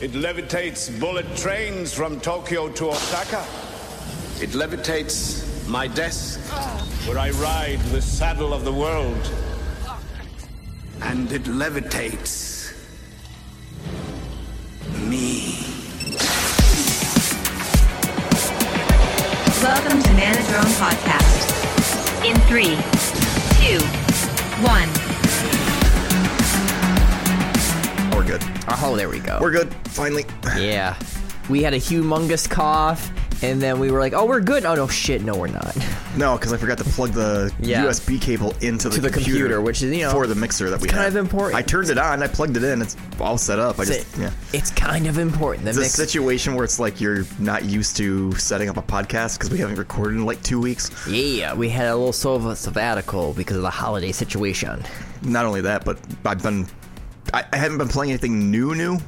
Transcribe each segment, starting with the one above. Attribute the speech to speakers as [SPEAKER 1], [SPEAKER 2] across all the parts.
[SPEAKER 1] It levitates bullet trains from Tokyo to Osaka. It levitates my desk, where I ride the saddle of the world. And it levitates me.
[SPEAKER 2] Welcome to Manadrone Podcast. In three, two, one.
[SPEAKER 3] We're good.
[SPEAKER 4] Oh, there we go.
[SPEAKER 3] We're good. Finally.
[SPEAKER 4] yeah. We had a humongous cough, and then we were like, oh, we're good. Oh, no, shit, no, we're not.
[SPEAKER 3] No, because I forgot to plug the
[SPEAKER 4] Yeah.
[SPEAKER 3] USB cable into the,
[SPEAKER 4] To the computer, which is, you know,
[SPEAKER 3] for the mixer that we
[SPEAKER 4] kind
[SPEAKER 3] have.
[SPEAKER 4] of important.
[SPEAKER 3] I turned it on. I plugged it in. It's all set up. I just yeah.
[SPEAKER 4] It's kind of important. The
[SPEAKER 3] It's a
[SPEAKER 4] mix-
[SPEAKER 3] situation where it's like you're not used to setting up a podcast because we haven't recorded in like two weeks.
[SPEAKER 4] yeah, we had a little sort of a sabbatical because of the holiday situation.
[SPEAKER 3] Not only that, but I've been I, I haven't been playing anything new new,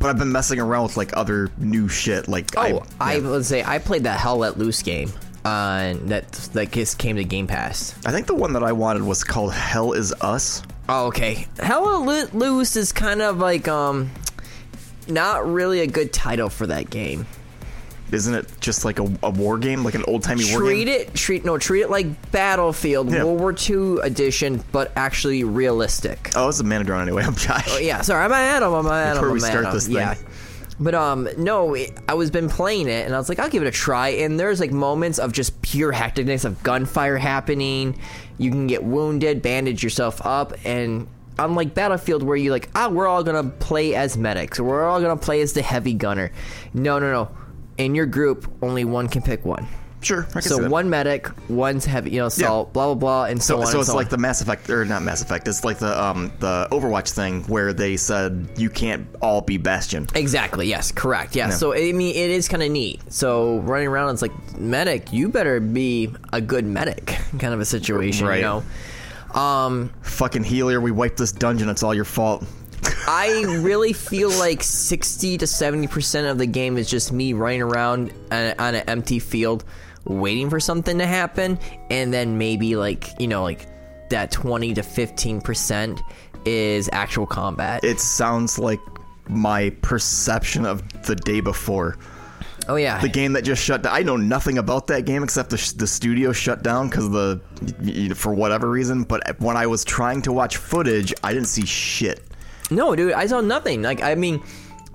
[SPEAKER 3] but I've been messing around with like other new shit. Like
[SPEAKER 4] Oh, I,
[SPEAKER 3] yeah.
[SPEAKER 4] would say I played the Hell Let Loose game uh, that, that just came to Game Pass.
[SPEAKER 3] I think the one that I wanted was called Hell Is Us.
[SPEAKER 4] Oh, okay. Hell Let Lo- Loose is kind of like, um, not really a good title for that game.
[SPEAKER 3] Isn't it just like a, a war game, like an old timey war game?
[SPEAKER 4] treat it treat no treat it like battlefield
[SPEAKER 3] Yeah.
[SPEAKER 4] world war ii edition but actually realistic
[SPEAKER 3] Oh, it's a Manadron anyway. I'm Josh.
[SPEAKER 4] But Oh, yeah sorry i'm at him i'm at him
[SPEAKER 3] Before
[SPEAKER 4] I'm
[SPEAKER 3] we
[SPEAKER 4] at
[SPEAKER 3] start
[SPEAKER 4] him.
[SPEAKER 3] this thing.
[SPEAKER 4] yeah but um no it- i was been playing it and i was like i'll give it a try and there's like moments of just pure hecticness of gunfire happening you can get wounded bandage yourself up and Unlike Battlefield, where you like, ah, we're all gonna play as medics, or we're all gonna play as the heavy gunner. No, no, no. In your group, only one can pick one.
[SPEAKER 3] Sure. I can see
[SPEAKER 4] So
[SPEAKER 3] that.
[SPEAKER 4] one medic, one's heavy, you know, assault, blah blah blah, and so,
[SPEAKER 3] So,
[SPEAKER 4] on.
[SPEAKER 3] so
[SPEAKER 4] and
[SPEAKER 3] it's
[SPEAKER 4] on.
[SPEAKER 3] like the Mass Effect, or not Mass Effect. It's like the um the Overwatch thing where they said you can't all be Bastion.
[SPEAKER 4] exactly yes, correct yeah.
[SPEAKER 3] Yeah.
[SPEAKER 4] So I mean, it is kind of neat. So running around, it's like medic, you better be a good medic, kind of a situation,
[SPEAKER 3] Right.
[SPEAKER 4] you know. Um,
[SPEAKER 3] Fucking healer, we wiped this dungeon. It's all your fault.
[SPEAKER 4] I really feel like sixty to seventy percent of the game is just me running around on, on an empty field, waiting for something to happen, and then maybe like you know like that twenty to fifteen percent is actual combat.
[SPEAKER 3] It sounds like my perception of the day before
[SPEAKER 4] oh yeah,
[SPEAKER 3] the game that just shut down. I know nothing about that game except the, the studio shut down because the y- y- for whatever reason. But when I was trying to watch footage, I didn't see shit.
[SPEAKER 4] No, dude, I saw nothing. Like, I mean,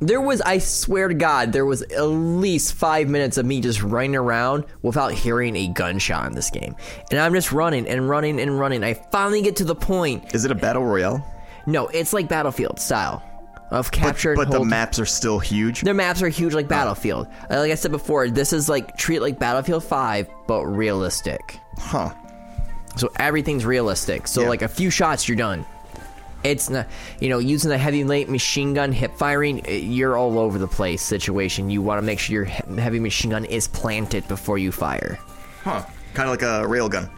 [SPEAKER 4] there was, I swear to God, there was at least five minutes of me just running around without hearing a gunshot in this game. And I'm just running and running and running. I finally get to the point.
[SPEAKER 3] Is it a battle royale?
[SPEAKER 4] No, it's like Battlefield style of capture
[SPEAKER 3] But
[SPEAKER 4] and
[SPEAKER 3] the Oh.
[SPEAKER 4] hold.
[SPEAKER 3] maps are still huge.
[SPEAKER 4] Their maps are huge like Battlefield. Uh, Like I said before, this is like, treat it like Battlefield 5, but realistic.
[SPEAKER 3] Huh.
[SPEAKER 4] So everything's realistic. So
[SPEAKER 3] Yeah.
[SPEAKER 4] like a few shots, you're done. It's not, you know, using a heavy late machine gun hip firing. eh, You're all over the place situation. You want to make sure your he- heavy machine gun is planted before you fire.
[SPEAKER 3] Huh. Kind of like a railgun.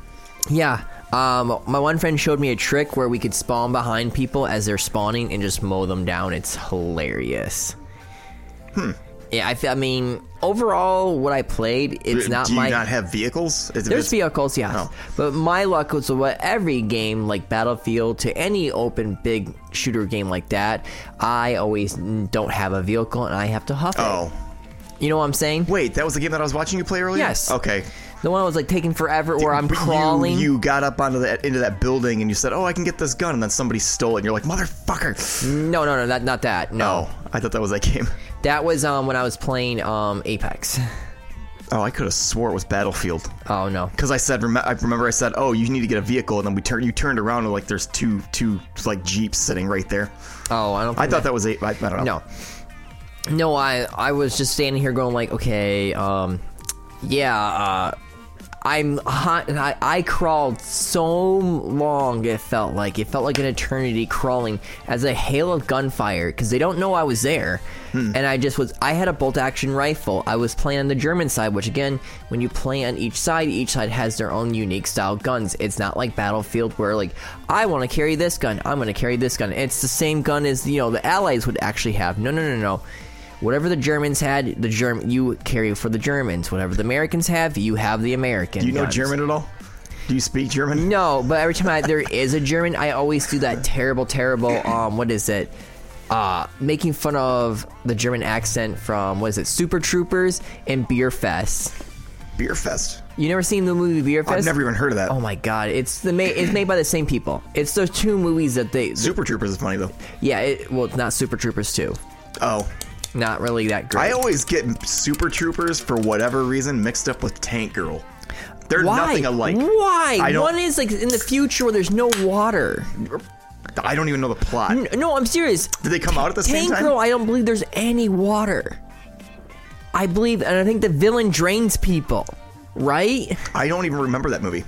[SPEAKER 4] Yeah. Um, my one friend showed me a trick where we could spawn behind people as they're spawning and just mow them down. It's hilarious. Hmm. Yeah, I, fe- I mean, overall, what I played, it's not
[SPEAKER 3] Do you
[SPEAKER 4] my.
[SPEAKER 3] not have vehicles? Is-
[SPEAKER 4] There's
[SPEAKER 3] it's-
[SPEAKER 4] vehicles, yes.
[SPEAKER 3] Oh.
[SPEAKER 4] But my luck was what every game like Battlefield to any open big shooter game like that, I always n- don't have a vehicle and I have to huff
[SPEAKER 3] Oh,
[SPEAKER 4] it. You know what I'm saying?
[SPEAKER 3] wait, that was the game that I was watching you play earlier.
[SPEAKER 4] Yes.
[SPEAKER 3] Okay.
[SPEAKER 4] The one that was like taking forever or I'm
[SPEAKER 3] But you-
[SPEAKER 4] crawling.
[SPEAKER 3] You, got up onto that into that building and you said, "Oh, I can get this gun," and then somebody stole it. and You're like, "Motherfucker!"
[SPEAKER 4] No, no, no, that, not that. No.
[SPEAKER 3] Oh, I thought that was that game.
[SPEAKER 4] That was um when I was playing um Apex.
[SPEAKER 3] Oh, I could have swore it was Battlefield
[SPEAKER 4] Oh no.
[SPEAKER 3] because I said, rem- I remember I said, "Oh, you need to get a vehicle," and then we turned. You turned around and like there's two two like jeeps sitting right there.
[SPEAKER 4] Oh, I don't
[SPEAKER 3] I
[SPEAKER 4] think
[SPEAKER 3] thought that was eight. I, I don't know.
[SPEAKER 4] No. No, I I was just standing here going like, okay, um yeah, uh I'm hot and I, I crawled so long it felt like it felt like an eternity crawling as a hail of gunfire because they don't know I was there and I just was I had a bolt action rifle I was playing on the German side which again when you play on each side each side has their own unique style guns it's not like Battlefield where like I want to carry this gun I'm going to carry this gun it's the same gun as you know the Allies would actually have no no no no Whatever the Germans had, the Germ you carry for the Germans. Whatever the Americans have, you have the American.
[SPEAKER 3] Do you know
[SPEAKER 4] guns.
[SPEAKER 3] German at all? Do you speak German?
[SPEAKER 4] No, but every time I, there is a German, I always do that terrible, terrible. Um, what is it? uh, making fun of the German accent from what is it, Super Troopers and Beer Fest.
[SPEAKER 3] Beer Fest.
[SPEAKER 4] You never seen the movie Beer Fest?
[SPEAKER 3] I've never even heard of that.
[SPEAKER 4] Oh my god, it's the ma- it's made by the same people. It's those two movies that they
[SPEAKER 3] Super Troopers is funny though.
[SPEAKER 4] yeah, it, well, it's not Super Troopers two.
[SPEAKER 3] Oh,
[SPEAKER 4] Not really that great.
[SPEAKER 3] I always get Super Troopers for whatever reason mixed up with Tank Girl. They're
[SPEAKER 4] Why?
[SPEAKER 3] nothing alike.
[SPEAKER 4] Why?
[SPEAKER 3] I don't.
[SPEAKER 4] One is like in the future where there's no water.
[SPEAKER 3] I don't even know the plot.
[SPEAKER 4] N- No, I'm serious.
[SPEAKER 3] Did they come out at the same
[SPEAKER 4] Tank
[SPEAKER 3] time?
[SPEAKER 4] Girl, I don't believe there's any water. I believe, and I think the villain drains people, right?
[SPEAKER 3] I don't even remember that movie.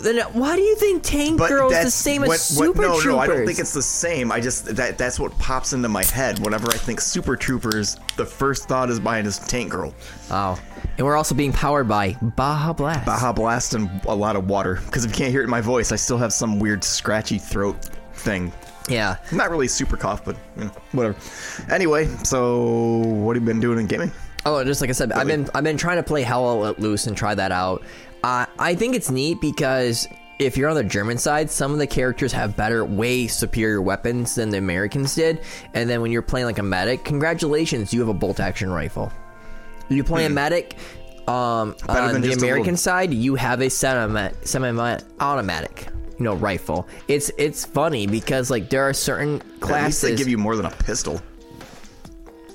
[SPEAKER 4] Then why do you think Tank
[SPEAKER 3] But
[SPEAKER 4] Girl is
[SPEAKER 3] that's
[SPEAKER 4] the same
[SPEAKER 3] what-
[SPEAKER 4] as
[SPEAKER 3] what-
[SPEAKER 4] Super
[SPEAKER 3] no,
[SPEAKER 4] Troopers?
[SPEAKER 3] no, I don't think it's the same. I just that that's what pops into my head whenever I think Super Troopers. The first thought is mine is Tank Girl,
[SPEAKER 4] Oh, and we're also being powered by Baja Blast.
[SPEAKER 3] Baja Blast, and a lot of water. Because if you can't hear it in my voice, I still have some weird scratchy throat thing.
[SPEAKER 4] Yeah.
[SPEAKER 3] Not really super cough, but you know, whatever. Anyway, so what have you been doing in gaming?
[SPEAKER 4] Oh, just like I said, I've been I've been trying to play Hell I'll Let Loose and try that out. Uh, I think it's neat because if you're on the German side, some of the characters have better, way superior weapons than the Americans did. And then when you're playing like a medic, congratulations, you have a bolt action rifle. You play a medic. Um,
[SPEAKER 3] Hmm. Better
[SPEAKER 4] on
[SPEAKER 3] than
[SPEAKER 4] the
[SPEAKER 3] just a
[SPEAKER 4] American
[SPEAKER 3] little-
[SPEAKER 4] side, you have a semi automatic, you know, rifle. It's it's funny because like there are certain
[SPEAKER 3] At least
[SPEAKER 4] classes.
[SPEAKER 3] they give you more than a pistol.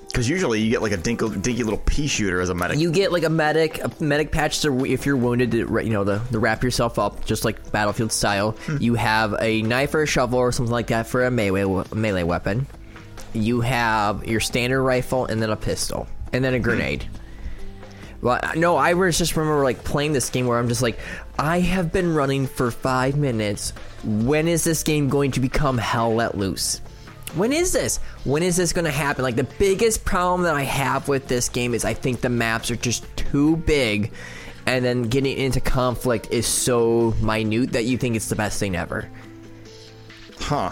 [SPEAKER 3] Because usually you get like a dinkle, dinky little pea shooter as a medic.
[SPEAKER 4] You get like a medic, a medic patch to if you're wounded, to, you know, to, to wrap yourself up, just like battlefield style. You have a knife or a shovel or something like that for a melee melee weapon. You have your standard rifle and then a pistol and then a grenade. Well, no, I was just remember like playing this game where I'm just like, I have been running for five minutes. When is this game going to become Hell Let Loose? When is this? When is this going to happen? Like the biggest problem that I have with this game is I think the maps are just too big, and then getting into conflict is so minute that you think it's the best thing ever
[SPEAKER 3] huh.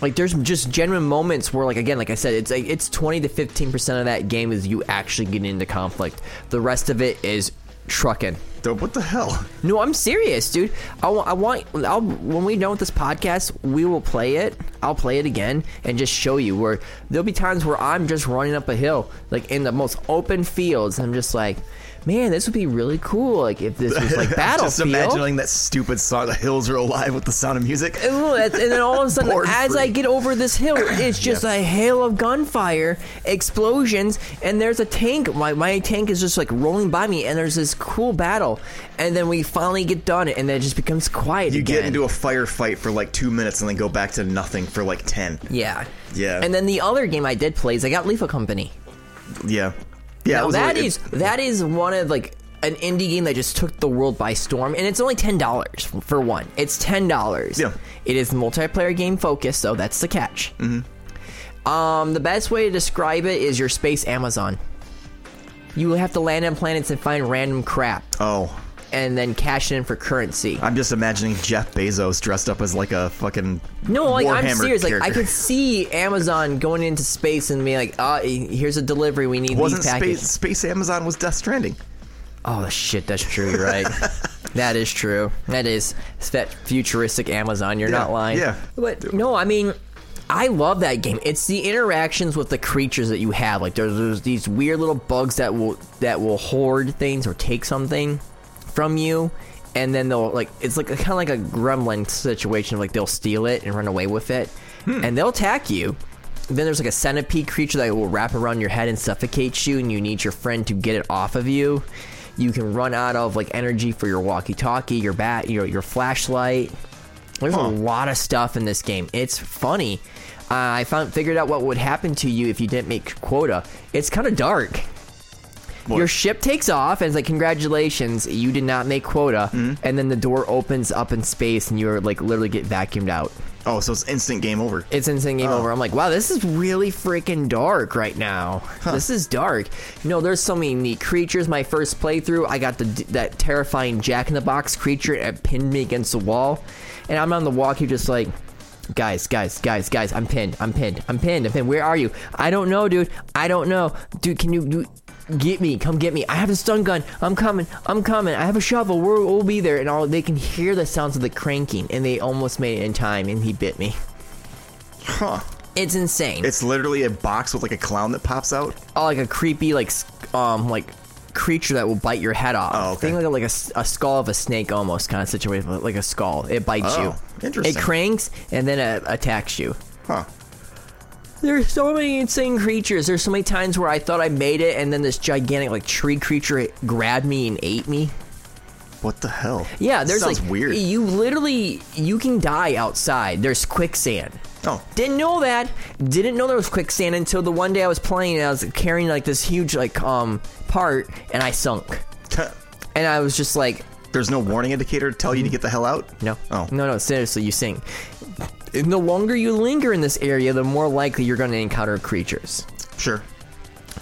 [SPEAKER 4] like there's just genuine moments where like again like i said it's like it's 20 to 15% of that game is you actually getting into conflict the rest of it is trucking
[SPEAKER 3] Dope, what the hell?
[SPEAKER 4] no i'm serious dude i, wa- I want I'll, when we're done with this podcast we will play it i'll play it again and just show you where there'll be times where i'm just running up a hill like in the most open fields i'm just like man this would be really cool like if this was like battlefield
[SPEAKER 3] Just imagining that stupid song, The Hills Are Alive with the Sound of Music.
[SPEAKER 4] Ooh, that's- and then all of a sudden,
[SPEAKER 3] Born
[SPEAKER 4] as
[SPEAKER 3] free.
[SPEAKER 4] I get over this hill, it's just a hail of gunfire, explosions, and there's a tank. My, my tank is just like rolling by me, and there's this cool battle. And then we finally get done, and then it just becomes quiet
[SPEAKER 3] You
[SPEAKER 4] again.
[SPEAKER 3] get into a firefight for like two minutes and then go back to nothing for like ten.
[SPEAKER 4] yeah.
[SPEAKER 3] Yeah.
[SPEAKER 4] And then the other game I did play is I got Lethal Company.
[SPEAKER 3] Yeah. Yeah. it
[SPEAKER 4] Now
[SPEAKER 3] was
[SPEAKER 4] that
[SPEAKER 3] like-
[SPEAKER 4] is that is one of like an indie game that just took the world by storm, and it's only ten dollars for one. It's ten dollars.
[SPEAKER 3] Yeah.
[SPEAKER 4] It is multiplayer game focused, so that's the catch.
[SPEAKER 3] Mm-hmm.
[SPEAKER 4] Um, the best way to describe it is your space Amazon. You have to land on planets and find random crap,
[SPEAKER 3] Oh.
[SPEAKER 4] and then cash in for currency.
[SPEAKER 3] I'm just imagining Jeff Bezos dressed up as like a fucking
[SPEAKER 4] No, like I'm
[SPEAKER 3] Warhammer
[SPEAKER 4] serious. Like I
[SPEAKER 3] character.
[SPEAKER 4] could see Amazon going into space and being like, "Uh, here's a delivery. We need
[SPEAKER 3] Wasn't
[SPEAKER 4] these packages."
[SPEAKER 3] space, space Amazon was Death Stranding?
[SPEAKER 4] Oh shit, that's true. You're right. that is true. That is it's that futuristic Amazon. You're not
[SPEAKER 3] Yeah,
[SPEAKER 4] lying.
[SPEAKER 3] yeah.
[SPEAKER 4] But no, I mean. I love that game. It's the interactions with the creatures that you have. Like there's, there's these weird little bugs that will that will hoard things or take something from you, and then they'll like it's like kind of like a gremlin situation. Like they'll steal it and run away with it,
[SPEAKER 3] Hmm.
[SPEAKER 4] and they'll attack you. Then there's like a centipede creature that will wrap around your head and suffocate you, and you need your friend to get it off of you. You can run out of like energy for your walkie-talkie, your bat, your your flashlight. There's a lot of stuff in this game. It's funny. Uh, I found figured out what would happen to you if you didn't make quota. It's kind of dark. Your ship takes off and it's like congratulations, you did not make quota. And then the door opens up in space and you're like literally get vacuumed out.
[SPEAKER 3] Oh, so it's instant game over.
[SPEAKER 4] It's instant game over. I'm like, wow, this is really freaking dark right now. This is dark. You know, there's so many neat creatures. My first playthrough, I got the that terrifying Jack in the Box creature and it pinned me against the wall, and I'm on the walk. You're just like. Guys, guys, guys, guys! I'm pinned. I'm pinned. I'm pinned. I'm pinned. Where are you? I don't know, dude. I don't know, dude. Can you do, get me? Come get me! I have a stun gun. I'm coming. I'm coming. I have a shovel. We're, we'll be there. And all they can hear the sounds of the cranking, and they almost made it in time, and he bit me.
[SPEAKER 3] Huh.
[SPEAKER 4] It's insane.
[SPEAKER 3] It's literally a box with like a clown that pops out.
[SPEAKER 4] Oh, like a creepy like um like creature that will bite your head off.
[SPEAKER 3] Oh, okay.
[SPEAKER 4] Think like a, like a, s- a skull of a snake almost kind of situation, but like a skull. It bites
[SPEAKER 3] Oh,
[SPEAKER 4] you.
[SPEAKER 3] interesting.
[SPEAKER 4] It cranks and then it attacks you.
[SPEAKER 3] Huh.
[SPEAKER 4] There's so many insane creatures. There's so many times where I thought I made it, and then this gigantic like tree creature grabbed me and ate me.
[SPEAKER 3] What the hell?
[SPEAKER 4] Yeah,
[SPEAKER 3] This
[SPEAKER 4] there's
[SPEAKER 3] sounds
[SPEAKER 4] like
[SPEAKER 3] weird.
[SPEAKER 4] You literally you can die outside. There's quicksand.
[SPEAKER 3] Oh.
[SPEAKER 4] Didn't know that. Didn't know there was quicksand until the one day I was playing and I was carrying like this huge like um part and I sunk. And I was just like,
[SPEAKER 3] There's no warning indicator to tell you to get the hell out.
[SPEAKER 4] no.
[SPEAKER 3] Oh.
[SPEAKER 4] No, no, seriously, you sink. And the longer you linger in this area, the more likely you're going to encounter creatures.
[SPEAKER 3] Sure.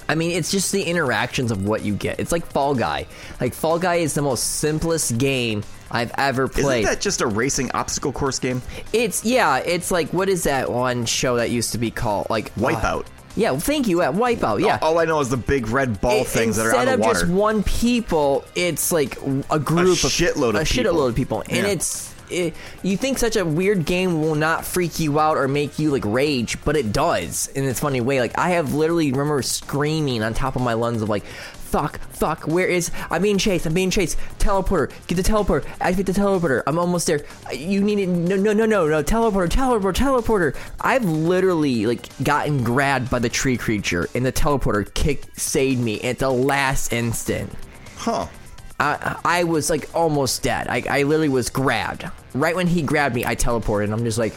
[SPEAKER 4] I mean, it's just the interactions of what you get. It's like Fall Guy. Like Fall Guy is the most simplest game I've ever
[SPEAKER 3] Isn't
[SPEAKER 4] played.
[SPEAKER 3] that just a racing obstacle course game?
[SPEAKER 4] It's yeah, it's like what is that one show that used to be called like uh,
[SPEAKER 3] Wipeout. Oh,
[SPEAKER 4] yeah, thank you. Yeah, Wipeout. Yeah.
[SPEAKER 3] All I know is the big red ball
[SPEAKER 4] I-
[SPEAKER 3] things that are
[SPEAKER 4] Instead
[SPEAKER 3] on the
[SPEAKER 4] of
[SPEAKER 3] water.
[SPEAKER 4] just one people, it's like a group of
[SPEAKER 3] shitload of
[SPEAKER 4] a
[SPEAKER 3] people.
[SPEAKER 4] shitload of people,
[SPEAKER 3] Yeah.
[SPEAKER 4] and it's it, you think such a weird game will not freak you out or make you like rage, but it does in this funny way. Like I have literally remember screaming on top of my lungs of like. Fuck, fuck, where is. I'm being chased, I'm being chased. Teleporter, get the teleporter, activate the teleporter. I'm almost there. You need it. No, no, no, no, no. Teleporter, teleporter, teleporter. I've literally, like, gotten grabbed by the tree creature, and the teleporter kicked, saved me at the last instant.
[SPEAKER 3] huh.
[SPEAKER 4] I, I was like almost dead. I, I literally was grabbed. Right when he grabbed me, I teleported. And I'm just like,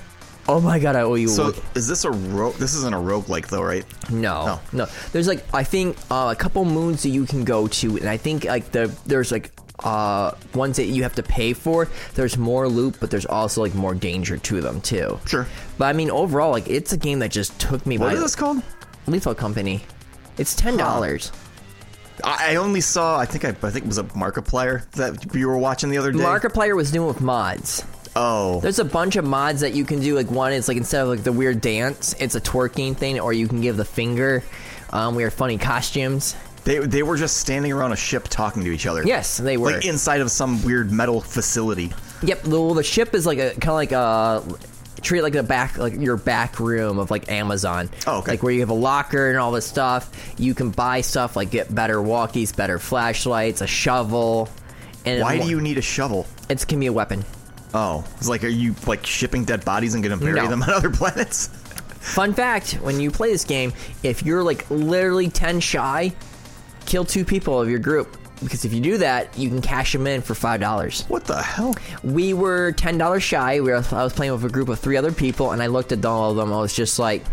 [SPEAKER 4] oh my god, I owe you. a
[SPEAKER 3] So
[SPEAKER 4] look."
[SPEAKER 3] is this a rope? This isn't a roguelike though, right? Oh.
[SPEAKER 4] no, no, There's like I think uh, a couple moons that you can go to, and I think like the there's like uh ones that you have to pay for. There's more loot, but there's also like more danger to them too.
[SPEAKER 3] Sure.
[SPEAKER 4] But I mean, overall, like it's a game that just took me
[SPEAKER 3] What
[SPEAKER 4] by
[SPEAKER 3] is this called?
[SPEAKER 4] Lethal Company. It's ten dollars.
[SPEAKER 3] I I only saw. I think I, I think it was a Markiplier that you were watching the other day.
[SPEAKER 4] Markiplier was doing with mods.
[SPEAKER 3] Oh,
[SPEAKER 4] There's a bunch of mods that you can do. Like one is like instead of like the weird dance, it's a twerking thing, or you can give the finger. Um, weird funny costumes.
[SPEAKER 3] they they were just standing around a ship talking to each other.
[SPEAKER 4] Yes, they were.
[SPEAKER 3] like inside of some weird metal facility.
[SPEAKER 4] Yep. The, well, the ship is like a kind of like a treat it like the back like your back room of like Amazon.
[SPEAKER 3] Oh, okay.
[SPEAKER 4] Like where you have a locker and all this stuff. You can buy stuff like get better walkies, better flashlights, a shovel. And
[SPEAKER 3] Why
[SPEAKER 4] more-
[SPEAKER 3] do you need a shovel?
[SPEAKER 4] It's can be a weapon.
[SPEAKER 3] Oh, it's like are you like shipping dead bodies and gonna bury
[SPEAKER 4] No.
[SPEAKER 3] them on other planets?
[SPEAKER 4] Fun fact: When you play this game, if you're like literally ten shy, kill two people of your group because if you do that, you can cash them in for five dollars.
[SPEAKER 3] What the hell?
[SPEAKER 4] We were ten dollars shy. We were, I was playing with a group of three other people, and I looked at all of them. I was just like,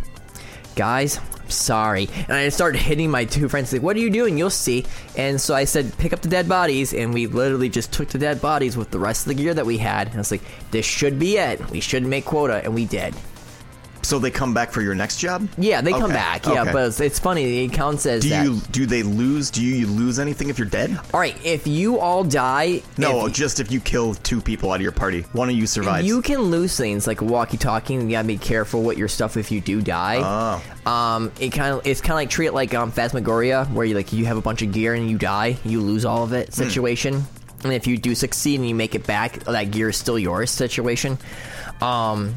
[SPEAKER 4] "Guys, I'm sorry." And I started hitting my two friends. Like, "What are you doing? You'll see." And so I said, "Pick up the dead bodies," and we literally just took the dead bodies with the rest of the gear that we had. And I was like, "This should be it. We should make quota," and we did.
[SPEAKER 3] So they come back for your next job?
[SPEAKER 4] Yeah, they come
[SPEAKER 3] Okay,
[SPEAKER 4] back. Yeah,
[SPEAKER 3] okay.
[SPEAKER 4] but it's, it's funny. It counts as
[SPEAKER 3] do
[SPEAKER 4] that.
[SPEAKER 3] you do they lose? Do you, you lose anything if you're dead?
[SPEAKER 4] All right, if you all die,
[SPEAKER 3] No, oh,
[SPEAKER 4] if
[SPEAKER 3] just if you kill two people out of your party, one of you survives.
[SPEAKER 4] you can lose things like walkie-talkie. You gotta be careful what your stuff if you do
[SPEAKER 3] Uh.
[SPEAKER 4] die. Oh. Um, it kind of it's kind of like treat it like um Phasmagoria, where you like you have a bunch of gear and you die, you lose all of
[SPEAKER 3] Hmm.
[SPEAKER 4] it situation. And if you do succeed and you make it back, that gear is still yours situation. Um,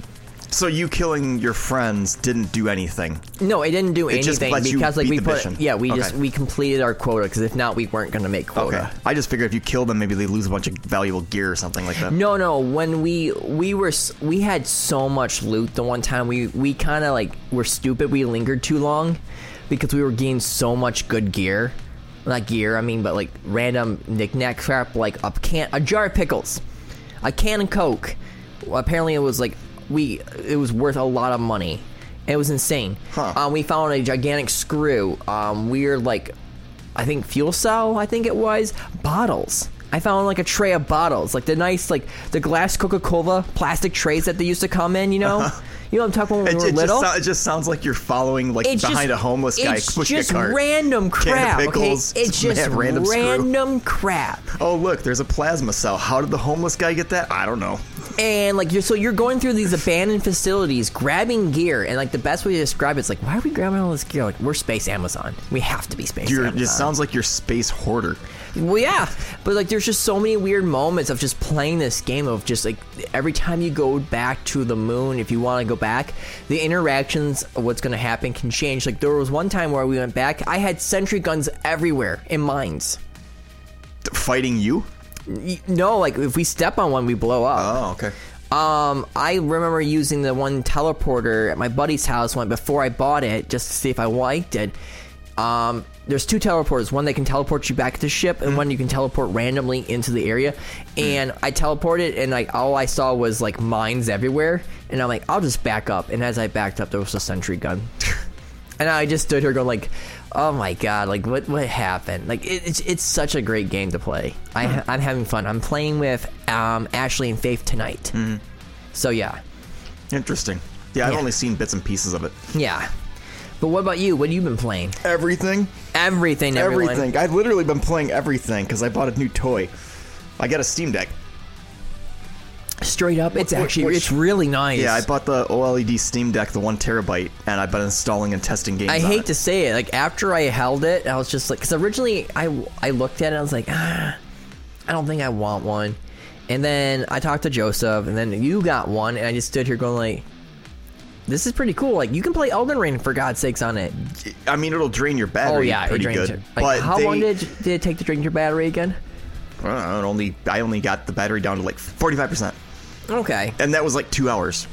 [SPEAKER 3] so you killing your friends didn't do anything.
[SPEAKER 4] No, it didn't do
[SPEAKER 3] just
[SPEAKER 4] anything
[SPEAKER 3] lets you
[SPEAKER 4] because like
[SPEAKER 3] beat
[SPEAKER 4] we
[SPEAKER 3] the
[SPEAKER 4] put
[SPEAKER 3] mission.
[SPEAKER 4] yeah we
[SPEAKER 3] Okay.
[SPEAKER 4] just we completed our quota because if not we weren't going to make quota.
[SPEAKER 3] Okay. I just figured if you kill them, maybe they lose a bunch of valuable gear or something like that.
[SPEAKER 4] No, no. When we we were s- we had so much loot the one time we we kind of like were stupid. We lingered too long because we were getting so much good gear, not gear. I mean, but like random knickknack crap, like a can a jar of pickles, a can of Coke. Apparently, it was like we it was worth a lot of money. It was insane.
[SPEAKER 3] Huh.
[SPEAKER 4] Um, we found a gigantic screw. Um, weird like I think fuel cell, I think it was, bottles. I found like a tray of bottles, like the nice, like the glass Coca Cola plastic trays that they used to come in, you know? You know what I'm talking about when
[SPEAKER 3] Uh-huh. It,
[SPEAKER 4] we
[SPEAKER 3] it
[SPEAKER 4] were little?
[SPEAKER 3] just sou- it just sounds like you're following like
[SPEAKER 4] It's
[SPEAKER 3] behind
[SPEAKER 4] just-
[SPEAKER 3] a homeless guy
[SPEAKER 4] it's
[SPEAKER 3] pushing
[SPEAKER 4] just
[SPEAKER 3] a cart.
[SPEAKER 4] random crap.
[SPEAKER 3] pickles,
[SPEAKER 4] okay? It's
[SPEAKER 3] man,
[SPEAKER 4] just
[SPEAKER 3] random screw.
[SPEAKER 4] random crap.
[SPEAKER 3] oh look, there's a plasma cell. How did the homeless guy get that? I don't know.
[SPEAKER 4] and like you're so you're going through these abandoned facilities grabbing gear and like the best way to describe it's like why are we grabbing all this gear like we're space amazon we have to be space
[SPEAKER 3] You're,
[SPEAKER 4] amazon
[SPEAKER 3] it sounds like you're space hoarder.
[SPEAKER 4] well yeah but like there's just so many weird moments of just playing this game of just like every time you go back to the moon if you want to go back the interactions of what's going to happen can change like there was one time where we went back i had sentry guns everywhere in mines
[SPEAKER 3] Fighting you?
[SPEAKER 4] Y- no like if we step on one we blow up
[SPEAKER 3] Oh, okay.
[SPEAKER 4] um, I remember using the one teleporter at my buddy's house when before I bought it, just to see if I liked it. Um, there's two teleporters. One that can teleport you back to the ship, and one you can teleport randomly into the area. And I teleported, and like all I saw was like mines everywhere. And I'm like, I'll just back up. And as I backed up, there was a sentry gun. And I just stood here going like, "Oh my god! Like what what happened? Like it, it's it's such a great game to play. I I'm having fun. I'm playing with um, Ashley and Faith tonight. So yeah,
[SPEAKER 3] Interesting. Yeah, I've
[SPEAKER 4] Yeah.
[SPEAKER 3] only seen bits and pieces of it.
[SPEAKER 4] yeah. But what about you? What have you been playing?
[SPEAKER 3] Everything?
[SPEAKER 4] Everything, everyone.
[SPEAKER 3] Everything. I've literally been playing everything because I bought a new toy. I got a Steam Deck.
[SPEAKER 4] Straight up, it's
[SPEAKER 3] Wh- wh-
[SPEAKER 4] actually
[SPEAKER 3] which-
[SPEAKER 4] it's really nice.
[SPEAKER 3] Yeah, I bought the OLED Steam Deck, the one terabyte, and I've been installing and testing games.
[SPEAKER 4] I
[SPEAKER 3] on
[SPEAKER 4] hate
[SPEAKER 3] it.
[SPEAKER 4] to say it. Like after I held it, I was just like, because originally I I looked at it, and I was like, ah, I don't think I want one. And then I talked to Joseph, and then you got one, and I just stood here going like, this is pretty cool. Like you can play Elden Ring for God's sakes on it.
[SPEAKER 3] I mean, it'll drain your battery.
[SPEAKER 4] oh yeah, it
[SPEAKER 3] pretty
[SPEAKER 4] drains
[SPEAKER 3] good.
[SPEAKER 4] it. Like,
[SPEAKER 3] but
[SPEAKER 4] how
[SPEAKER 3] they-
[SPEAKER 4] long did did it take to drain your battery again?
[SPEAKER 3] I don't know, it only I only got the battery down to like forty five percent,
[SPEAKER 4] Okay.
[SPEAKER 3] and that was like two hours.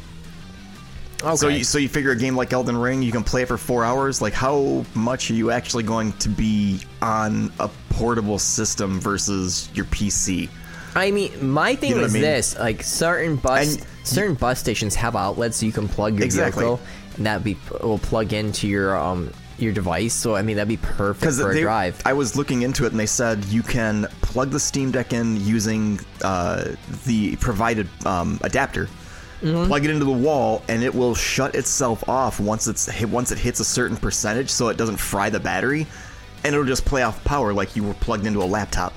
[SPEAKER 4] Okay.
[SPEAKER 3] So you, so you figure a game like Elden Ring, you can play it for four hours. Like, how much are you actually going to be on a portable system versus your PC?
[SPEAKER 4] I mean, my thing
[SPEAKER 3] You know what I
[SPEAKER 4] was
[SPEAKER 3] mean?
[SPEAKER 4] this: like certain bus,
[SPEAKER 3] And-
[SPEAKER 4] certain bus stations have outlets so you can plug your
[SPEAKER 3] Exactly.
[SPEAKER 4] vehicle, and that be will plug into your um your device. So I mean, that'd be perfect
[SPEAKER 3] Because
[SPEAKER 4] for
[SPEAKER 3] they,
[SPEAKER 4] a drive.
[SPEAKER 3] I was looking into it, and they said you can plug the Steam Deck in using uh, the provided um, adapter. Plug it into the wall, and it will shut itself off once it's hit, once it hits a certain percentage, so it doesn't fry the battery, and it'll just play off power like you were plugged into a laptop.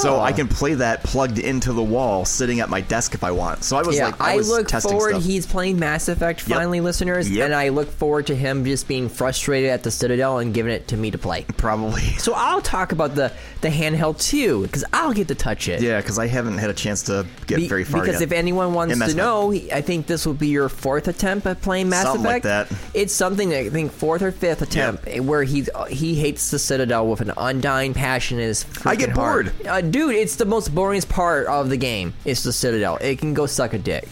[SPEAKER 3] So I can play that plugged into the wall, sitting at my desk if I want. So I was
[SPEAKER 4] yeah,
[SPEAKER 3] like, I,
[SPEAKER 4] I,
[SPEAKER 3] was
[SPEAKER 4] look
[SPEAKER 3] testing
[SPEAKER 4] forward.
[SPEAKER 3] stuff.
[SPEAKER 4] He's playing Mass Effect
[SPEAKER 3] Yep.
[SPEAKER 4] finally, listeners,
[SPEAKER 3] Yep.
[SPEAKER 4] and I look forward to him just being frustrated at the Citadel and giving it to me to play.
[SPEAKER 3] probably.
[SPEAKER 4] So I'll talk about the the handheld too, because I'll get to touch it.
[SPEAKER 3] Yeah, because I haven't had a chance to get
[SPEAKER 4] Be-
[SPEAKER 3] very far
[SPEAKER 4] because
[SPEAKER 3] yet.
[SPEAKER 4] if anyone wants
[SPEAKER 3] In Mass
[SPEAKER 4] to
[SPEAKER 3] Effect.
[SPEAKER 4] know, he- I think this will be your fourth attempt at playing Mass
[SPEAKER 3] Something like
[SPEAKER 4] Effect.
[SPEAKER 3] that.
[SPEAKER 4] It's something that I think fourth or fifth attempt eh, where he he hates the Citadel with an undying passion. Is
[SPEAKER 3] I get bored.
[SPEAKER 4] uh, dude. It's the most boringest part of the game. It's the Citadel. It can go suck a dick.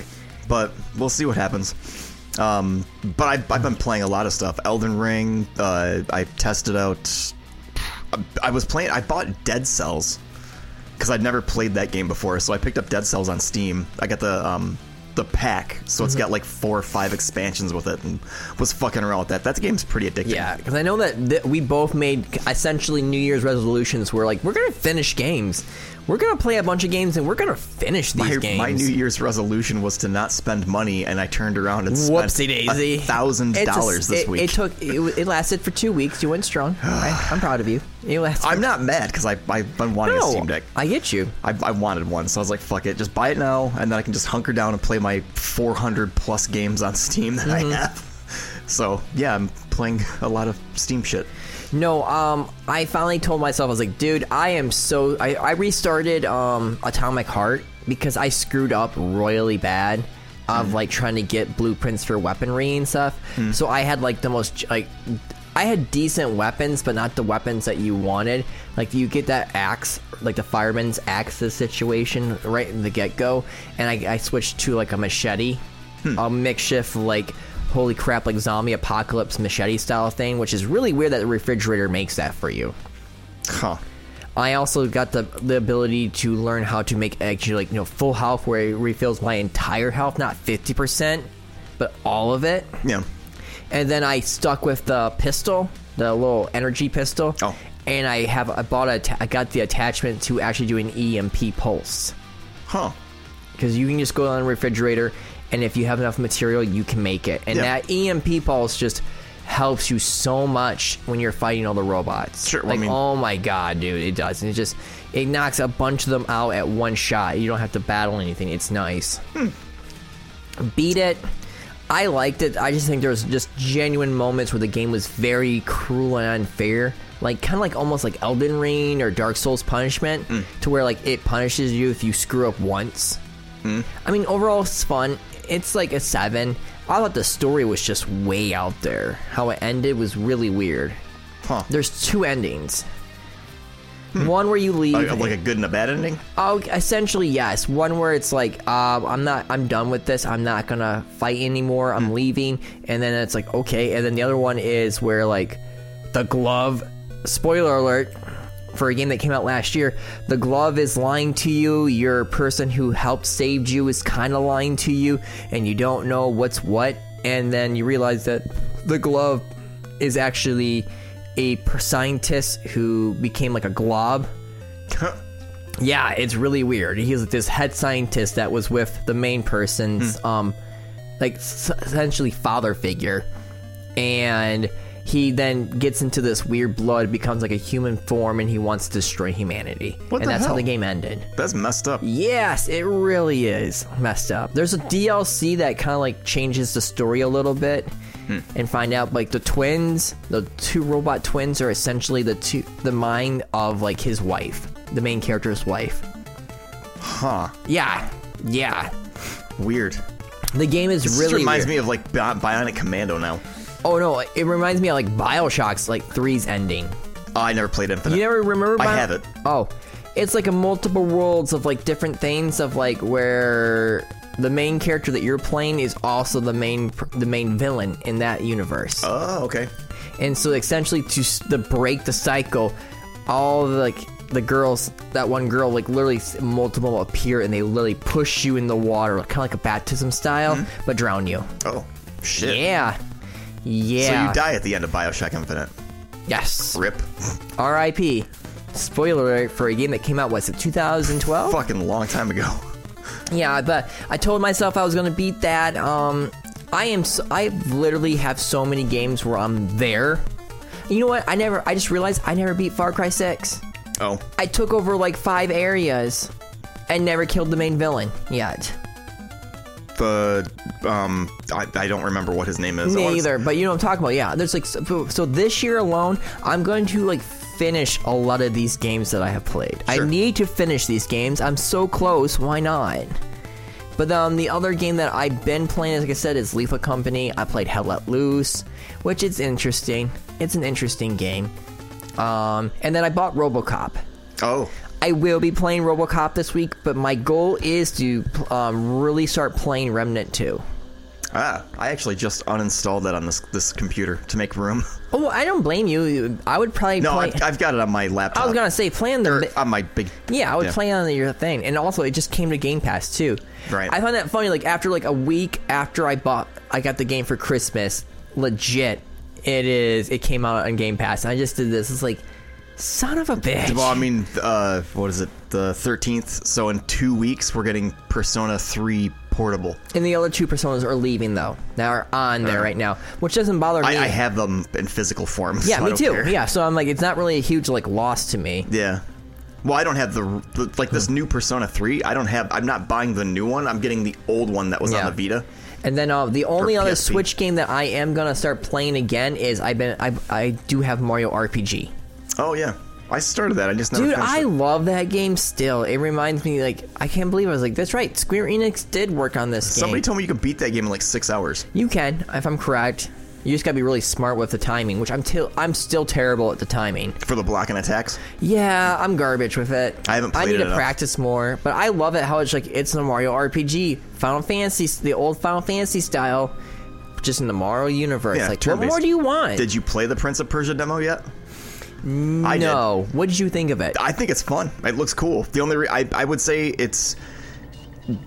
[SPEAKER 3] but we'll see what happens. Um, but I've, I've been playing a lot of stuff. Elden Ring. Uh, I tested out. I, I was playing. I bought Dead Cells because I'd never played that game before. So I picked up Dead Cells on Steam. I got the um, the pack, so
[SPEAKER 4] Mm-hmm.
[SPEAKER 3] it's got like four or five expansions with it, and was fucking around with that. That game's pretty addicting.
[SPEAKER 4] Yeah, because I know that th- we both made essentially New Year's resolutions. Where like we're gonna finish games. We're gonna play a bunch of games and we're gonna finish these
[SPEAKER 3] My,
[SPEAKER 4] games.
[SPEAKER 3] my New Year's resolution was to not spend money, and I turned around and spent
[SPEAKER 4] Whoopsie daisy.
[SPEAKER 3] thousand
[SPEAKER 4] It's a-
[SPEAKER 3] dollars this
[SPEAKER 4] it,
[SPEAKER 3] week.
[SPEAKER 4] It took. It, wa- it lasted for two weeks. You went strong. I, I'm proud of you. You lasted.
[SPEAKER 3] I'm not mad because I've been wanting a Steam Deck.
[SPEAKER 4] I get you.
[SPEAKER 3] I, I wanted one, so I was like, "Fuck it, just buy it now, and then I can just hunker down and play my 400 plus games on Steam that
[SPEAKER 4] Mm-hmm.
[SPEAKER 3] I have." So yeah, I'm playing a lot of Steam shit.
[SPEAKER 4] No, um, I finally told myself I was like, dude, I am so. I, I restarted um Atomic Heart because I screwed up royally bad of like trying to get blueprints for weaponry and stuff. So I had like the most like. I had decent weapons, but not the weapons that you wanted. Like you get that axe, like the fireman's axe situation right in the get go, and I, I switched to like a machete, a makeshift like holy crap like zombie apocalypse machete style thing which is really weird that the refrigerator makes that for you
[SPEAKER 3] Huh?
[SPEAKER 4] i also got the the ability to learn how to make actually like you know full health where it refills my entire health not 50% but all of it
[SPEAKER 3] Yeah.
[SPEAKER 4] and then i stuck with the pistol the little energy pistol
[SPEAKER 3] Oh.
[SPEAKER 4] and i have i bought a atta- i got the attachment to actually do an emp pulse
[SPEAKER 3] Huh?
[SPEAKER 4] because you can just go on the refrigerator and if you have enough material you can make it and
[SPEAKER 3] Yeah.
[SPEAKER 4] that emp pulse just helps you so much when you're fighting all the robots.
[SPEAKER 3] Sure, well, I
[SPEAKER 4] like
[SPEAKER 3] mean-
[SPEAKER 4] oh my god, dude, it does. And it just it knocks a bunch of them out at one shot. You don't have to battle anything. It's nice.
[SPEAKER 3] Hmm.
[SPEAKER 4] Beat it. I liked it. I just think there was just genuine moments where the game was very cruel and unfair. Like kind of like almost like Elden Ring or Dark Souls punishment
[SPEAKER 3] Hmm.
[SPEAKER 4] to where like it punishes you if you screw up once.
[SPEAKER 3] Hmm.
[SPEAKER 4] I mean, overall, it's fun. It's like a seven. I thought the story was just way out there. How it ended was really weird.
[SPEAKER 3] Huh.
[SPEAKER 4] There's two endings. One where you leave.
[SPEAKER 3] Like, like a good and a bad ending?
[SPEAKER 4] oh, essentially yes. One where it's like, um, I'm not, I'm done with this. I'm not gonna fight anymore. I'm leaving. And then it's like, okay. And then the other one is where like, the glove. Spoiler alert for a game that came out last year. The glove is lying to you. Your person who helped saved you is kind of lying to you, and you don't know what's what. And then you realize that the glove is actually a per- scientist who became like a glob. yeah, it's really weird. He's like this head scientist that was with the main person's
[SPEAKER 3] Hmm.
[SPEAKER 4] um, like s- essentially father figure and he then gets into this weird blood, becomes like a human form, and he wants to destroy humanity.
[SPEAKER 3] What
[SPEAKER 4] and
[SPEAKER 3] the
[SPEAKER 4] that's how
[SPEAKER 3] hell?
[SPEAKER 4] the game ended.
[SPEAKER 3] That's messed up.
[SPEAKER 4] Yes, it really is messed up. There's a DLC that kind of like changes the story a little bit,
[SPEAKER 3] Hmm.
[SPEAKER 4] and find out like the twins, the two robot twins, are essentially the two the mind of like his wife, the main character's wife.
[SPEAKER 3] Huh.
[SPEAKER 4] Yeah, yeah.
[SPEAKER 3] Weird.
[SPEAKER 4] The game is
[SPEAKER 3] This
[SPEAKER 4] really
[SPEAKER 3] reminds
[SPEAKER 4] weird.
[SPEAKER 3] me of like Bi- Bionic Commando now.
[SPEAKER 4] Oh no, it reminds me of like Bioshock's like three's ending.
[SPEAKER 3] Oh, I never played Infinite.
[SPEAKER 4] You never remember?
[SPEAKER 3] I
[SPEAKER 4] Bio-
[SPEAKER 3] have it.
[SPEAKER 4] Oh, it's like a multiple worlds of like different things of like where the main character that you're playing is also the main the main villain in that universe.
[SPEAKER 3] Oh, okay.
[SPEAKER 4] And so essentially to s- to break the cycle, all the, like the girls that one girl like literally s- multiple appear and they literally push you in the water kind of like a baptism style but drown you.
[SPEAKER 3] Oh, Mm-hmm. shit.
[SPEAKER 4] Yeah. Yeah.
[SPEAKER 3] So you die at the end of Bioshock Infinite.
[SPEAKER 4] yes.
[SPEAKER 3] Rip.
[SPEAKER 4] R.I.P. Spoiler alert for a game that came out was it 2012?
[SPEAKER 3] Fucking long time ago.
[SPEAKER 4] Yeah, but I told myself I was gonna beat that. Um, I am. So, I literally have so many games where I'm there. You know what? I never. I just realized I never beat Far Cry Six.
[SPEAKER 3] Oh.
[SPEAKER 4] I took over like five areas, and never killed the main villain yet.
[SPEAKER 3] The um, I, I don't remember what his name is. Oh, I wanna
[SPEAKER 4] Me
[SPEAKER 3] s-
[SPEAKER 4] either. But you know what I'm talking about. Yeah. There's like so, so this year alone, I'm going to like finish a lot of these games that I have played. I
[SPEAKER 3] Sure.
[SPEAKER 4] need to finish these games. I'm so close. Why not? But um, the other game that I've been playing, like I said, is Lethal Company. I played Hell Let Loose, which is interesting. It's an interesting game. Um, and then I bought RoboCop.
[SPEAKER 3] Oh.
[SPEAKER 4] I will be playing RoboCop this week, but my goal is to um, really start playing Remnant 2.
[SPEAKER 3] Ah, I actually just uninstalled that on this this computer to make room.
[SPEAKER 4] Oh, I don't blame you. I would probably
[SPEAKER 3] No,
[SPEAKER 4] play.
[SPEAKER 3] I've, I've got it on my laptop.
[SPEAKER 4] I was gonna say plan the.
[SPEAKER 3] Uh, Or uh, on my big.
[SPEAKER 4] yeah, I would play on your thing, and also it just came to Game Pass too.
[SPEAKER 3] Right.
[SPEAKER 4] I find that funny. Like after like a week after I bought, I got the game for Christmas. Legit, it is. It came out on Game Pass. And I just did this. It's like, son of a bitch.
[SPEAKER 3] Well, I mean, uh, what is it? The thirteenth. So in two weeks, we're getting Persona Three Portable.
[SPEAKER 4] And the other two personas are leaving though. That are on there right now, which doesn't bother me.
[SPEAKER 3] Uh-huh. I, I have them in physical form.
[SPEAKER 4] yeah,
[SPEAKER 3] so I
[SPEAKER 4] me
[SPEAKER 3] don't
[SPEAKER 4] too.
[SPEAKER 3] care.
[SPEAKER 4] Yeah, so I'm like, it's not really a huge like loss to me.
[SPEAKER 3] Yeah. Well, I don't have the like this new Persona Three. I don't have. I'm not buying the new one. I'm getting the old one that was
[SPEAKER 4] Yeah.
[SPEAKER 3] on the Vita.
[SPEAKER 4] And then uh, the only
[SPEAKER 3] Or
[SPEAKER 4] other
[SPEAKER 3] PSP.
[SPEAKER 4] Switch game that I am gonna start playing again is I've been I, I do have Mario RPG.
[SPEAKER 3] Oh yeah, I started that. I just never
[SPEAKER 4] Dude,
[SPEAKER 3] finished
[SPEAKER 4] I
[SPEAKER 3] it.
[SPEAKER 4] love that game still. It reminds me like I can't believe I was like that's right. Square Enix did work on this
[SPEAKER 3] Somebody
[SPEAKER 4] game.
[SPEAKER 3] told me you could beat that game in like six hours.
[SPEAKER 4] you can if I'm correct. You just gotta be really smart with the timing, which I'm till I'm still terrible at the timing.
[SPEAKER 3] for the blocking attacks.
[SPEAKER 4] Yeah, I'm garbage with it.
[SPEAKER 3] I haven't
[SPEAKER 4] I
[SPEAKER 3] played
[SPEAKER 4] need
[SPEAKER 3] it
[SPEAKER 4] to
[SPEAKER 3] enough.
[SPEAKER 4] practice more, but I love it how it's like it's a Mario RPG, Final Fantasy, the old Final Fantasy style, just in the Mario universe.
[SPEAKER 3] Yeah,
[SPEAKER 4] like, what
[SPEAKER 3] turn-based.
[SPEAKER 4] more do you want?
[SPEAKER 3] Did you play the Prince of Persia demo yet? I did.
[SPEAKER 4] no. What did you think of it?
[SPEAKER 3] I think it's fun. It looks cool. The only re- I, I would say it's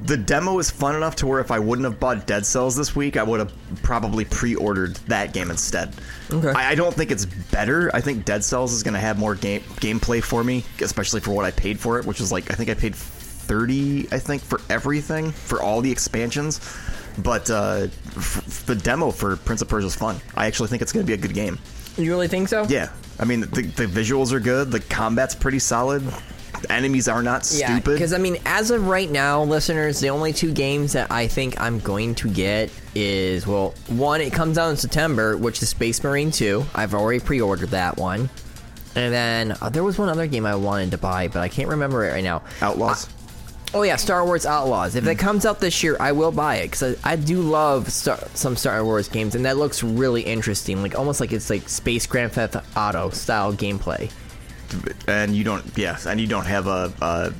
[SPEAKER 3] the demo is fun enough to where if I wouldn't have bought Dead Cells this week, I would have probably pre-ordered that game instead.
[SPEAKER 4] Okay.
[SPEAKER 3] I, I don't think it's better. I think Dead Cells is going to have more game gameplay for me, especially for what I paid for it, which is like I think I paid thirty. I think for everything for all the expansions. But uh, f- the demo for Prince of Persia is fun. I actually think it's going to be a good game.
[SPEAKER 4] You really think so?
[SPEAKER 3] Yeah. I mean, the, the visuals are good. The combat's pretty solid. The enemies are not
[SPEAKER 4] Yeah,
[SPEAKER 3] stupid.
[SPEAKER 4] because I mean, as of right now, listeners, the only two games that I think I'm going to get is well, one it comes out in September, which is Space Marine Two. I've already pre-ordered that one, and then uh, there was one other game I wanted to buy, but I can't remember it right now.
[SPEAKER 3] Outlaws.
[SPEAKER 4] Oh yeah, Star Wars Outlaws. If it comes out this year, I will buy it because I, I do love Star, some Star Wars games, and that looks really interesting. Like almost like it's like space Grand Theft Auto style gameplay.
[SPEAKER 3] and you don't, yeah, and you don't have a, a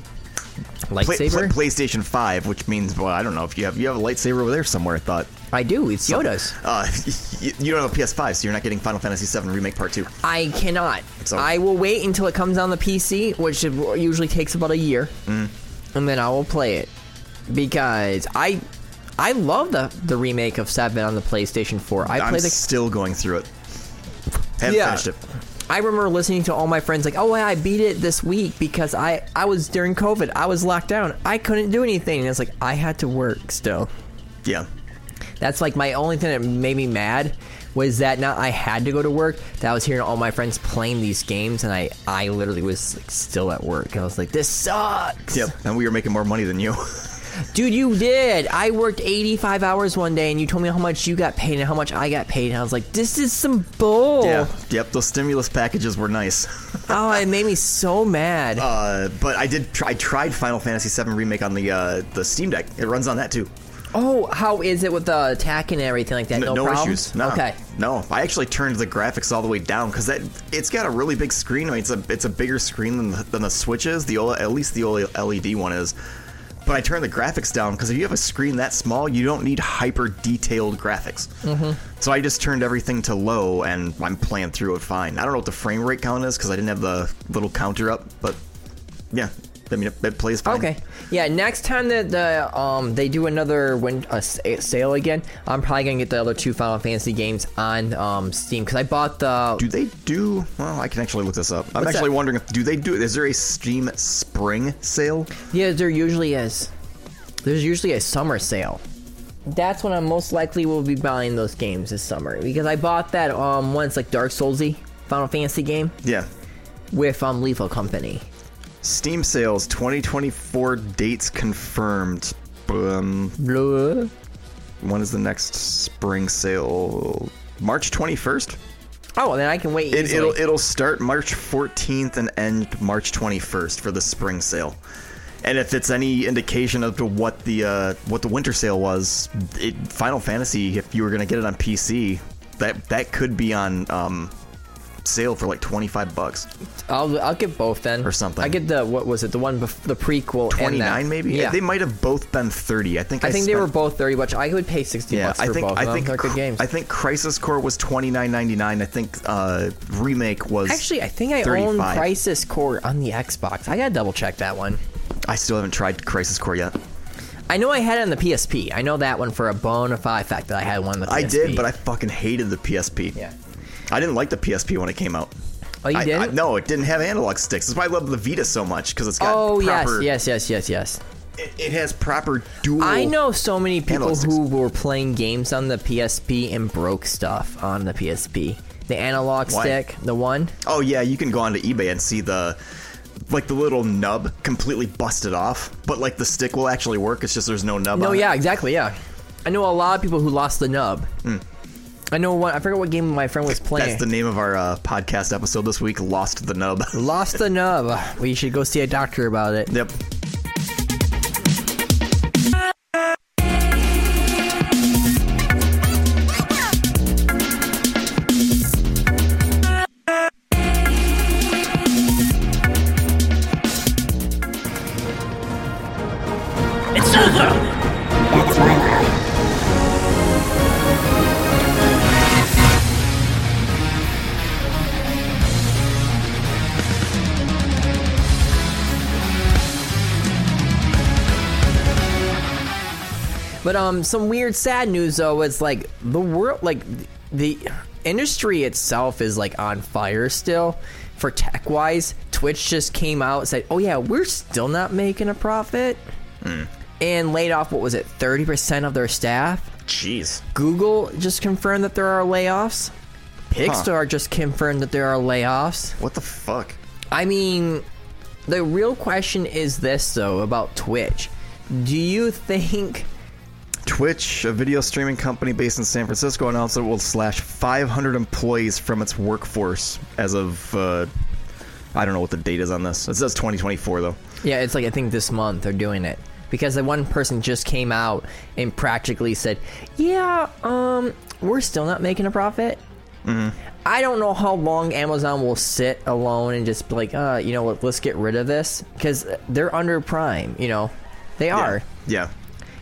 [SPEAKER 3] pla-
[SPEAKER 4] Lightsaber.
[SPEAKER 3] pla- PlayStation 5, which means, well, I don't know if you have, you have a lightsaber over there somewhere, I thought.
[SPEAKER 4] I do. It's Yoda's.
[SPEAKER 3] Uh, you, you don't have a PS5, so you're not getting Final Fantasy VII Remake Part 2.
[SPEAKER 4] I cannot.
[SPEAKER 3] So-
[SPEAKER 4] I will wait until it comes on the PC, which usually takes about a year,
[SPEAKER 3] Mm.
[SPEAKER 4] and then I will play it because I I love the the remake of Seven on the PlayStation Four. I
[SPEAKER 3] I'm
[SPEAKER 4] played the.
[SPEAKER 3] still going through it. Haven't
[SPEAKER 4] Yeah.
[SPEAKER 3] finished it.
[SPEAKER 4] I remember listening to all my friends like, "Oh, I beat it this week because I I was during COVID. I was locked down. I couldn't do anything." And it's like I had to work still.
[SPEAKER 3] Yeah.
[SPEAKER 4] That's like my only thing that made me mad was that not I had to go to work. That I was hearing all my friends playing these games, and I I literally was like still at work. I was like, this sucks.
[SPEAKER 3] Yep. And we were making more money than you.
[SPEAKER 4] Dude, you did. I worked 85 hours one day, and you told me how much you got paid and how much I got paid, and I was like, this is some bull.
[SPEAKER 3] Yeah. Yep. Those stimulus packages were nice.
[SPEAKER 4] oh, it made me so mad.
[SPEAKER 3] Uh, but I did. Try, I tried Final Fantasy VII Remake on the uh, the Steam Deck. It runs on that too.
[SPEAKER 4] oh, how is it with the attack and everything like that?
[SPEAKER 3] N-
[SPEAKER 4] No,
[SPEAKER 3] no
[SPEAKER 4] problems?
[SPEAKER 3] issues. No.
[SPEAKER 4] Okay.
[SPEAKER 3] No, I actually turned the graphics all the way down because that it's got a really big screen. I mean, it's a it's a bigger screen than the, than the Switch is. The OLED, at least the OLED LED E one is. But I turned the graphics down because if you have a screen that small, you don't need hyper detailed graphics. Mm-hmm. So I just turned everything to low, and I'm playing through it fine. I don't know what the frame rate count is because I didn't have the little counter up, but yeah, I mean it, it plays fine.
[SPEAKER 4] Okay. Yeah. Next time that the um they do another win uh, sale again, I'm probably gonna get the other two Final Fantasy games on um Steam because I bought the.
[SPEAKER 3] Do they do? Well, I can actually look this up. I'm
[SPEAKER 4] What's
[SPEAKER 3] actually
[SPEAKER 4] that?
[SPEAKER 3] wondering, if, do they do? Is there a Steam Spring sale?
[SPEAKER 4] Yeah, there usually is. There's usually a summer sale. That's when I most likely will be buying those games this summer because I bought that um once like Dark Soulsy Final Fantasy game
[SPEAKER 3] Yeah.
[SPEAKER 4] with um Lethal Company.
[SPEAKER 3] Steam sales 2024 dates confirmed. Um,
[SPEAKER 4] Blah.
[SPEAKER 3] when is the next spring sale? March 21st.
[SPEAKER 4] Oh, then I can wait.
[SPEAKER 3] It,
[SPEAKER 4] easily.
[SPEAKER 3] it'll it'll start March 14th and end March 21st for the spring sale. And if it's any indication of to what the uh, what the winter sale was, it, Final Fantasy, if you were gonna get it on PC, that that could be on um, sale for like 25 bucks,
[SPEAKER 4] I'll I'll get both then
[SPEAKER 3] Or something.
[SPEAKER 4] I get the what was it the one bef- the prequel and that.
[SPEAKER 3] 29 maybe.
[SPEAKER 4] yeah
[SPEAKER 3] they might have both been 30. I think. I,
[SPEAKER 4] I think they were
[SPEAKER 3] spent-
[SPEAKER 4] both thirty bucks. I would pay sixty
[SPEAKER 3] Yeah,
[SPEAKER 4] bucks
[SPEAKER 3] I
[SPEAKER 4] for
[SPEAKER 3] think
[SPEAKER 4] both.
[SPEAKER 3] I
[SPEAKER 4] of
[SPEAKER 3] think
[SPEAKER 4] them. They're good
[SPEAKER 3] Cr-
[SPEAKER 4] games.
[SPEAKER 3] I think Crisis Core was 29.99. I think uh, remake was
[SPEAKER 4] Actually, I think I own
[SPEAKER 3] 35.
[SPEAKER 4] Crisis Core on the Xbox. I gotta double check that one.
[SPEAKER 3] I still haven't tried Crisis Core yet.
[SPEAKER 4] I know I had it on the PSP. I know that one for a bona fide fact that I had one on the PSP.
[SPEAKER 3] I did, but I fucking hated the PSP.
[SPEAKER 4] Yeah.
[SPEAKER 3] I didn't like the PSP when it came out.
[SPEAKER 4] Oh, you
[SPEAKER 3] I,
[SPEAKER 4] didn't?
[SPEAKER 3] I- no, it didn't have analog sticks. That's why I love the Vita so much because it's got
[SPEAKER 4] Oh
[SPEAKER 3] proper.
[SPEAKER 4] yes, yes, yes, yes, yes.
[SPEAKER 3] It, it has proper dual.
[SPEAKER 4] I know so many people
[SPEAKER 3] Analog sticks.
[SPEAKER 4] who were playing games on the PSP and broke stuff on the PSP. The analog
[SPEAKER 3] Why?
[SPEAKER 4] stick, the one.
[SPEAKER 3] Oh yeah, you can go onto eBay and see the like the little nub completely busted off, but like the stick will actually work. It's just there's no nub.
[SPEAKER 4] No,
[SPEAKER 3] on it.
[SPEAKER 4] yeah, exactly, yeah. I know a lot of people who lost the nub. I know one. I forget what game my friend was playing.
[SPEAKER 3] Hmm. That's the name of our uh, podcast episode this week. Lost the nub.
[SPEAKER 4] Lost the nub. We should go see a doctor about it.
[SPEAKER 3] yep.
[SPEAKER 5] It's over!
[SPEAKER 4] But um, some weird, sad news though is like the world, like the industry itself is like on fire still. For tech wise, Twitch just came out and said, "Oh yeah, we're still not making a profit." and laid off what was it, thirty percent of their staff.
[SPEAKER 3] Jeez.
[SPEAKER 4] Google just confirmed that there are layoffs. Pixar just confirmed that there are layoffs.
[SPEAKER 3] What the fuck?
[SPEAKER 4] I mean, the real question is this though about Twitch. Do you think?
[SPEAKER 3] Twitch, a video streaming company based in San Francisco, announced that it will slash 500 employees from its workforce as of uh, I don't know what the date is on this. It says 2024 though.
[SPEAKER 4] Yeah, it's like I think this month they're doing it because the one person just came out and practically said, "Yeah, um, we're still not making a profit."
[SPEAKER 3] Mm-hmm.
[SPEAKER 4] I don't know how long Amazon will sit alone and just be like, uh, you know what, let's get rid of this because they're under Prime. You know, they are.
[SPEAKER 3] Yeah. yeah.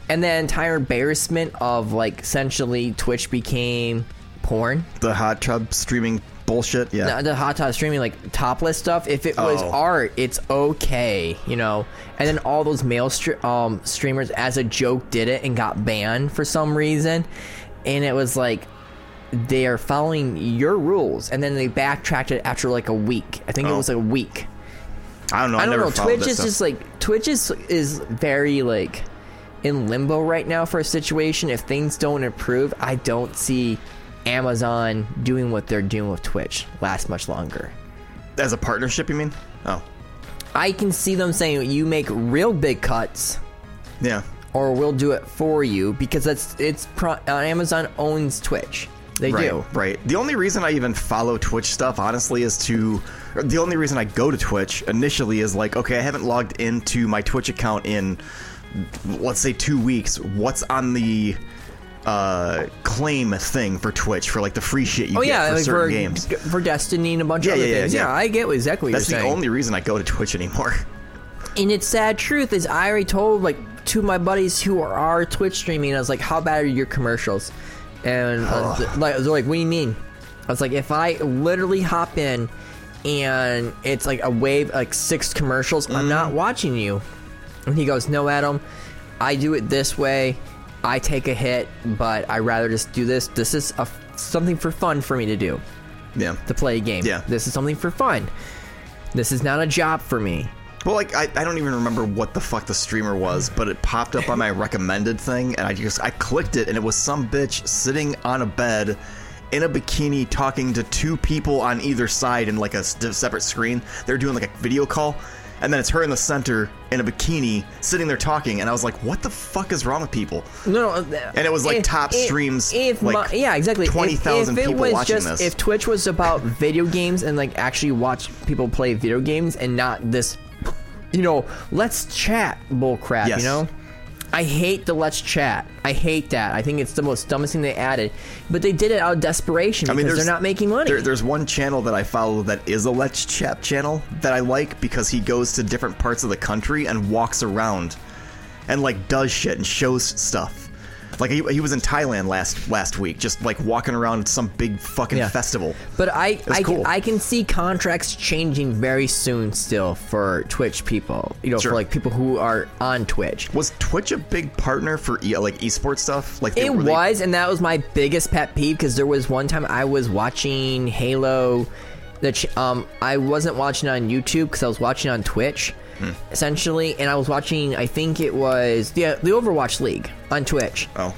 [SPEAKER 4] And the entire embarrassment of like essentially Twitch became porn.
[SPEAKER 3] The hot tub streaming bullshit. Yeah,
[SPEAKER 4] the, the hot tub streaming like topless stuff. If it was
[SPEAKER 3] Oh.
[SPEAKER 4] art, it's okay, you know. And then all those male str- um, streamers, as a joke, did it and got banned for some reason. And it was like they are following your rules, and then they backtracked it after like a week. I think it
[SPEAKER 3] Oh.
[SPEAKER 4] was a week.
[SPEAKER 3] I don't know. I,
[SPEAKER 4] I don't
[SPEAKER 3] never
[SPEAKER 4] know.
[SPEAKER 3] followed
[SPEAKER 4] Twitch
[SPEAKER 3] this
[SPEAKER 4] is
[SPEAKER 3] stuff.
[SPEAKER 4] just like Twitch is is very like in limbo right now for a situation. If things don't improve, I don't see Amazon doing what they're doing with Twitch last much longer.
[SPEAKER 3] as a partnership. You mean? Oh,
[SPEAKER 4] I can see them saying you make real big cuts
[SPEAKER 3] yeah.
[SPEAKER 4] or we'll do it for you because that's it's pro- uh, Amazon owns Twitch. They
[SPEAKER 3] right,
[SPEAKER 4] do. Oh,
[SPEAKER 3] right. The only reason I even follow Twitch stuff, honestly, is to. or The only reason I go to Twitch initially is like, okay, I haven't logged into my Twitch account in, let's say, two weeks. What's on the uh, claim thing for Twitch for like the free shit you
[SPEAKER 4] Oh
[SPEAKER 3] get
[SPEAKER 4] yeah,
[SPEAKER 3] for
[SPEAKER 4] like
[SPEAKER 3] certain
[SPEAKER 4] for,
[SPEAKER 3] games?
[SPEAKER 4] for Destiny and a bunch
[SPEAKER 3] Yeah,
[SPEAKER 4] of other
[SPEAKER 3] yeah, yeah,
[SPEAKER 4] things.
[SPEAKER 3] yeah.
[SPEAKER 4] I get exactly what
[SPEAKER 3] That's
[SPEAKER 4] you're
[SPEAKER 3] the
[SPEAKER 4] saying.
[SPEAKER 3] only reason I go to Twitch anymore.
[SPEAKER 4] And its sad truth is, I already told like two of my buddies who are, are Twitch streaming. I was like, "How bad are your commercials?" And uh, th- like, they're like, "What do you mean?" I was like, "If I literally hop in, and it's like a wave, like six commercials, I'm not watching you." And he goes, "No, Adam, I do it this way. I take a hit, but I rather just do this. This is a something for fun for me to do."
[SPEAKER 3] Yeah.
[SPEAKER 4] To play a game.
[SPEAKER 3] Yeah.
[SPEAKER 4] This is something for fun. This is not a job for me.
[SPEAKER 3] Well, like I, I don't even remember what the fuck the streamer was, but it popped up on my recommended thing, and I just I clicked it, and it was some bitch sitting on a bed in a bikini talking to two people on either side in like a s- separate screen. They're doing like a video call, and then it's her in the center in a bikini sitting there talking, and I was like, what the fuck is wrong with people?
[SPEAKER 4] No, no, th-
[SPEAKER 3] And it was, like,
[SPEAKER 4] if-
[SPEAKER 3] top
[SPEAKER 4] if-
[SPEAKER 3] streams,
[SPEAKER 4] If
[SPEAKER 3] like,
[SPEAKER 4] my- yeah, exactly. If-
[SPEAKER 3] 20,000
[SPEAKER 4] if it
[SPEAKER 3] people
[SPEAKER 4] was
[SPEAKER 3] watching
[SPEAKER 4] just,
[SPEAKER 3] this.
[SPEAKER 4] If Twitch was about video games and like actually watch people play video games and not this, you know, let's chat bullcrap.
[SPEAKER 3] Yes.
[SPEAKER 4] You know, I hate the let's chat. I hate that. I think it's the most dumbest thing they added. But they did it out of desperation because they're
[SPEAKER 3] there's-
[SPEAKER 4] not making money.
[SPEAKER 3] there- there's one channel that I follow that is a Let's Chat channel that I like because he goes to different parts of the country and walks around and like does shit and shows stuff. Like he, he was in Thailand last last week, just like walking around some big fucking
[SPEAKER 4] Yeah.
[SPEAKER 3] festival.
[SPEAKER 4] But I, I,
[SPEAKER 3] cool.
[SPEAKER 4] can, I can see contracts changing very soon still for Twitch people. You know,
[SPEAKER 3] Sure.
[SPEAKER 4] for like people who are on Twitch.
[SPEAKER 3] Was Twitch a big partner for e- like esports stuff? Like they-
[SPEAKER 4] It
[SPEAKER 3] were they-
[SPEAKER 4] was, and that was my biggest pet peeve because there was one time I was watching Halo. The ch- um, I wasn't watching on YouTube because I was watching on Twitch, essentially, and I was watching. I think it was the the Overwatch League on Twitch.
[SPEAKER 3] Oh,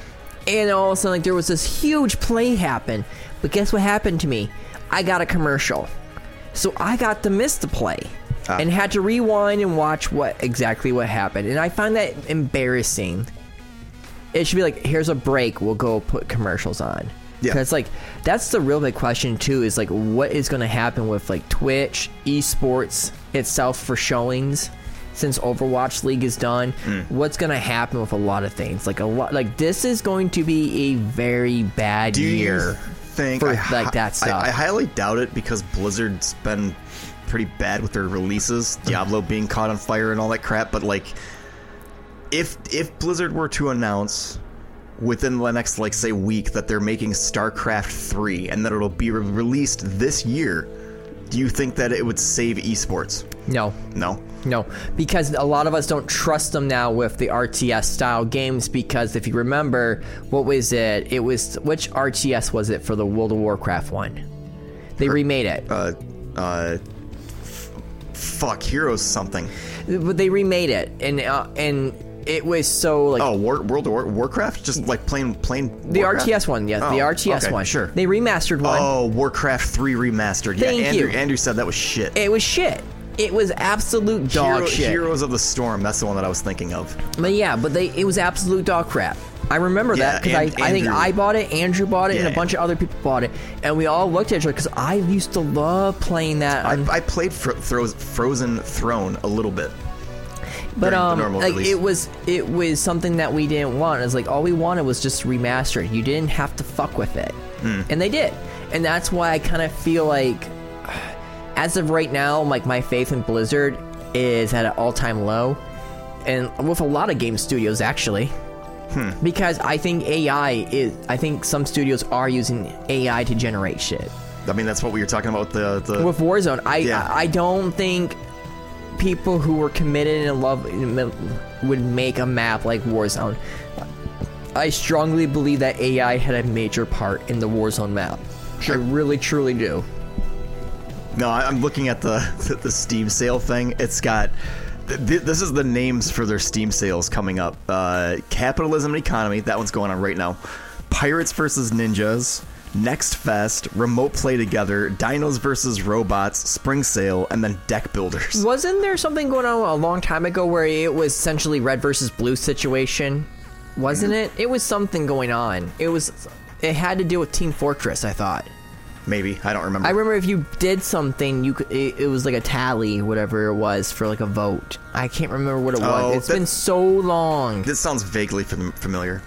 [SPEAKER 4] And all of a sudden, like there was this huge play happen. But guess what happened to me? I got a commercial, so I got to miss the play and had to rewind and watch what exactly what happened. And I find that embarrassing. It should be like, here's a break. We'll go put commercials on.
[SPEAKER 3] Yeah.
[SPEAKER 4] Because like that's the real big question too. Is like what is going to happen with like Twitch esports itself for showings since Overwatch League is done.
[SPEAKER 3] Hmm.
[SPEAKER 4] What's going to happen with a lot of things? Like a lot. Like this is going to be a very bad
[SPEAKER 3] do you
[SPEAKER 4] year.
[SPEAKER 3] think
[SPEAKER 4] for,
[SPEAKER 3] I hi-
[SPEAKER 4] like, that stuff.
[SPEAKER 3] I, I highly doubt it because Blizzard's been pretty bad with their releases,
[SPEAKER 4] Mm.
[SPEAKER 3] Diablo being caught on fire and all that crap. But like, if if Blizzard were to announce within the next like say week that they're making StarCraft three and that it'll be re- released this year, do you think that it would save esports?
[SPEAKER 4] No.
[SPEAKER 3] No.
[SPEAKER 4] No, because a lot of us don't trust them now with the RTS style games. Because if you remember, what was it? It was which RTS was it for the World of Warcraft one? They remade it,
[SPEAKER 3] Uh, uh, f- fuck, Heroes something.
[SPEAKER 4] but they remade it, and uh, and It was so like
[SPEAKER 3] Oh, War, World of War, Warcraft, just like plain plain
[SPEAKER 4] the
[SPEAKER 3] Warcraft?
[SPEAKER 4] RTS one. Yeah, the
[SPEAKER 3] Oh,
[SPEAKER 4] RTS
[SPEAKER 3] okay,
[SPEAKER 4] one.
[SPEAKER 3] Sure.
[SPEAKER 4] They remastered one.
[SPEAKER 3] Oh, Warcraft three remastered.
[SPEAKER 4] Thank
[SPEAKER 3] yeah, Andrew,
[SPEAKER 4] you.
[SPEAKER 3] Andrew said that was shit.
[SPEAKER 4] It was shit. It was absolute dog
[SPEAKER 3] Hero-
[SPEAKER 4] shit.
[SPEAKER 3] Heroes of the Storm. That's the one that I was thinking of.
[SPEAKER 4] But yeah, but they it was absolute dog crap. I remember that
[SPEAKER 3] Yeah,
[SPEAKER 4] because
[SPEAKER 3] and-
[SPEAKER 4] I, I think
[SPEAKER 3] Andrew-
[SPEAKER 4] I bought it, Andrew bought it, and
[SPEAKER 3] Yeah.
[SPEAKER 4] a bunch of other people bought it, and we all looked at each other because I used to love playing that.
[SPEAKER 3] I,
[SPEAKER 4] on-
[SPEAKER 3] I played Fro- Thro's, Frozen Throne a little bit. during
[SPEAKER 4] but
[SPEAKER 3] the
[SPEAKER 4] um,
[SPEAKER 3] normal
[SPEAKER 4] like
[SPEAKER 3] release.
[SPEAKER 4] it was it was something that we didn't want. It's like all we wanted was just remaster. it. You didn't have to fuck with it,
[SPEAKER 3] Hmm.
[SPEAKER 4] and they did, and that's why I kind of feel like, as of right now, like my faith in Blizzard is at an all time low, and with a lot of game studios actually.
[SPEAKER 3] Hmm.
[SPEAKER 4] Because I think AI is, I think some studios are using AI to generate shit
[SPEAKER 3] I mean, that's what we were talking about. The the
[SPEAKER 4] with Warzone. I
[SPEAKER 3] Yeah.
[SPEAKER 4] I, I don't think people who were committed and in love would make a map like Warzone. I strongly believe that AI had a major part in the Warzone map.
[SPEAKER 3] Sure.
[SPEAKER 4] I really truly do.
[SPEAKER 3] No, I- I'm looking at the the, the Steam sale thing. It's got. th- th- This is the names for their Steam sales coming up. Uh, Capitalism and Economy, that one's going on right now. Pirates versus Ninjas, Next Fest, Remote Play Together, Dinos versus Robots, Spring Sale, and then Deck Builders.
[SPEAKER 4] Wasn't there something going on a long time ago where it was essentially red versus blue situation? Wasn't it?
[SPEAKER 3] Mm-hmm.
[SPEAKER 4] It was something going on. It was it had to do with Team Fortress, I thought.
[SPEAKER 3] Maybe I don't remember.
[SPEAKER 4] I remember if you did something, you could, it, it was like a tally, whatever it was for like a vote. I can't remember what it
[SPEAKER 3] Oh,
[SPEAKER 4] was. It's
[SPEAKER 3] that-
[SPEAKER 4] been so long.
[SPEAKER 3] this sounds vaguely fam- familiar,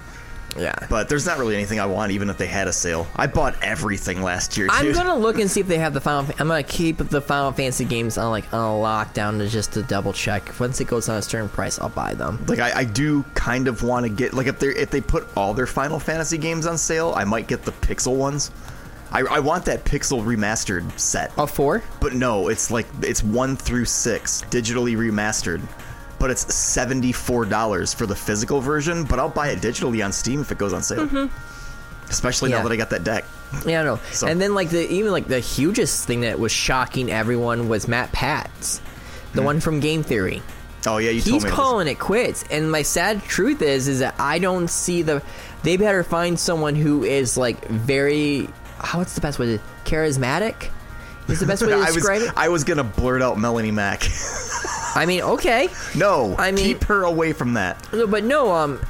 [SPEAKER 4] yeah.
[SPEAKER 3] but there's not really anything I want, even if they had a sale. I bought everything last year.
[SPEAKER 4] I'm
[SPEAKER 3] dude.
[SPEAKER 4] gonna look and see if they have the final. Fa- I'm gonna keep the Final Fantasy games on like on lockdown to just to double check. Once it goes on a certain price, I'll buy them.
[SPEAKER 3] Like I, I do kind of want to get like if they if they put all their Final Fantasy games on sale, I might get the Pixel ones. I, I want that Pixel remastered set,
[SPEAKER 4] A four?
[SPEAKER 3] but no, it's like it's one through six digitally remastered, but it's seventy four dollars for the physical version. But I'll buy it digitally on Steam if it goes on sale, especially
[SPEAKER 4] Mm-hmm. Yeah.
[SPEAKER 3] now that I got that deck.
[SPEAKER 4] Yeah, no.
[SPEAKER 3] So-
[SPEAKER 4] And then like the even like the hugest thing that was shocking everyone was Matt Patz, the
[SPEAKER 3] Hmm.
[SPEAKER 4] one from Game Theory.
[SPEAKER 3] Oh yeah, you told
[SPEAKER 4] he's
[SPEAKER 3] me. about this.
[SPEAKER 4] calling it quits and my sad truth is is that i don't see the they better find someone who is like very how what's the best way to charismatic is the best way to
[SPEAKER 3] I was,
[SPEAKER 4] describe it
[SPEAKER 3] I was gonna blurt out Melanie Mac.
[SPEAKER 4] i mean okay
[SPEAKER 3] no,
[SPEAKER 4] I mean-
[SPEAKER 3] keep her away from that.
[SPEAKER 4] No, but no um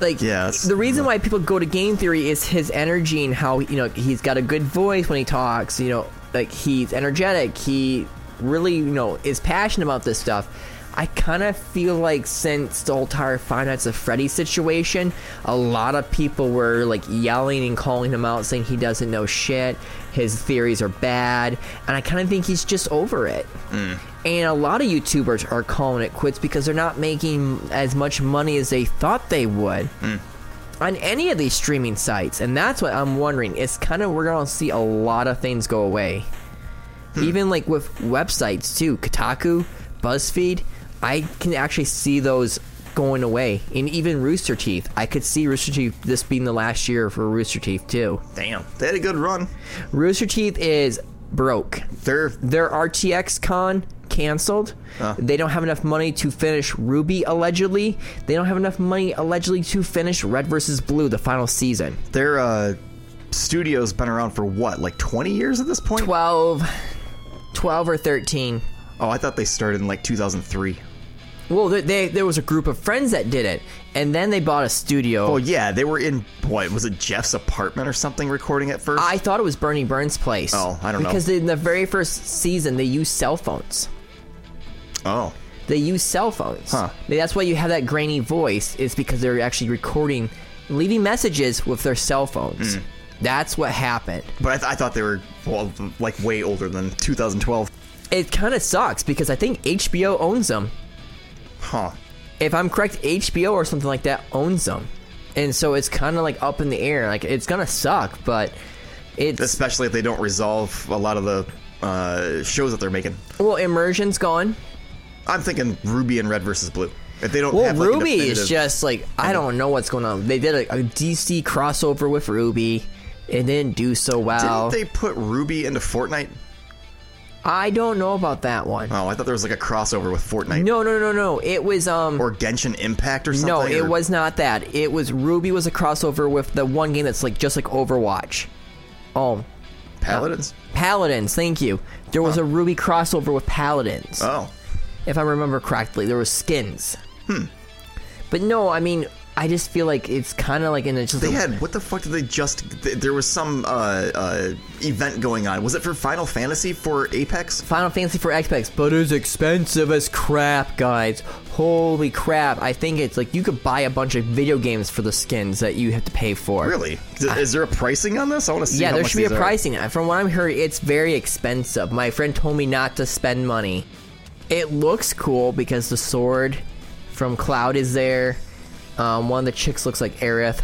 [SPEAKER 4] like
[SPEAKER 3] Yeah, that's-
[SPEAKER 4] the reason why people go to game theory is his energy and how you know he's got a good voice when he talks you know like he's energetic he really you know is passionate about this stuff I kind of feel like since the whole entire Five Nights at Freddy's situation, a lot of people were like yelling and calling him out, saying he doesn't know shit, his theories are bad, and I kind of think he's just over it. And a lot of YouTubers are calling it quits because they're not making as much money as they thought they would on any of these streaming sites. And that's what I'm wondering. It's kind of, we're going to see a lot of things go away. Even like with websites too, Kotaku, BuzzFeed, I can actually see those going away. And even Rooster Teeth, I could see Rooster Teeth this being the last year for Rooster Teeth too.
[SPEAKER 3] Damn, they had a good run.
[SPEAKER 4] Rooster Teeth is broke
[SPEAKER 3] They're
[SPEAKER 4] their RTX con canceled. They don't have enough money to finish Ruby allegedly. They don't have enough money allegedly to finish Red versus Blue the final season.
[SPEAKER 3] Their uh, studio's been around for what, like 20 years at this point?
[SPEAKER 4] 12 12 or 13.
[SPEAKER 3] Oh, I thought they started in like 2003.
[SPEAKER 4] Well, they, they there was a group of friends that did it and then they bought a studio.
[SPEAKER 3] Oh, yeah, they were in, what, was it Jeff's apartment or something recording at first?
[SPEAKER 4] I thought it was Bernie Burns' place.
[SPEAKER 3] Oh, I don't know.
[SPEAKER 4] Because in the very first season they used cell phones.
[SPEAKER 3] oh.
[SPEAKER 4] They use cell phones.
[SPEAKER 3] Huh.
[SPEAKER 4] That's why you have that grainy voice. Is because they're actually recording, leaving messages with their cell
[SPEAKER 3] Hmm.
[SPEAKER 4] phones. That's what happened.
[SPEAKER 3] But I, th- I thought they were, well, like way older than 2012.
[SPEAKER 4] It kind of sucks because I think HBO owns them.
[SPEAKER 3] Huh.
[SPEAKER 4] If I'm correct, HBO or something like that owns them, and so it's kind of like up in the air. Like it's gonna suck, but it's
[SPEAKER 3] Especially if they don't resolve a lot of the uh, shows that they're making.
[SPEAKER 4] well, immersion's gone.
[SPEAKER 3] I'm thinking Ruby and Red versus Blue. If they don't
[SPEAKER 4] Well,
[SPEAKER 3] have like, a
[SPEAKER 4] Ruby
[SPEAKER 3] definitive-
[SPEAKER 4] is just like I don't know what's going on. They did a, a DC crossover with Ruby. It didn't do so well.
[SPEAKER 3] Didn't they put Ruby into Fortnite?
[SPEAKER 4] I don't know about that one.
[SPEAKER 3] Oh, I thought there was like a crossover with Fortnite
[SPEAKER 4] No, no, no, no. It was um.
[SPEAKER 3] or Genshin Impact or something.
[SPEAKER 4] no, it
[SPEAKER 3] or-
[SPEAKER 4] was not that. It was Ruby was a crossover with the one game that's like just like Overwatch. Oh,
[SPEAKER 3] Paladins.
[SPEAKER 4] Paladins. Thank you. There was a Ruby crossover with Paladins.
[SPEAKER 3] Oh,
[SPEAKER 4] if I remember correctly. There was skins. Hmm. But no, I mean, I just feel like it's kind of like in a just.
[SPEAKER 3] they
[SPEAKER 4] a-
[SPEAKER 3] had what the fuck did they just? Th- there was some uh, uh, event going on. Was it for Final Fantasy for Apex?
[SPEAKER 4] Final Fantasy for Xbox, but it's expensive as crap, guys. Holy crap! I think it's like you could buy a bunch of video games for the skins that you have to pay for.
[SPEAKER 3] Really? Is, is there a pricing on this? I want to see.
[SPEAKER 4] Yeah,
[SPEAKER 3] how
[SPEAKER 4] there
[SPEAKER 3] much
[SPEAKER 4] should be a
[SPEAKER 3] these are.
[SPEAKER 4] pricing. From what I'm hearing, it's very expensive. My friend told me not to spend money. It looks cool because the sword from Cloud is there. Um, one of the chicks looks like Aerith.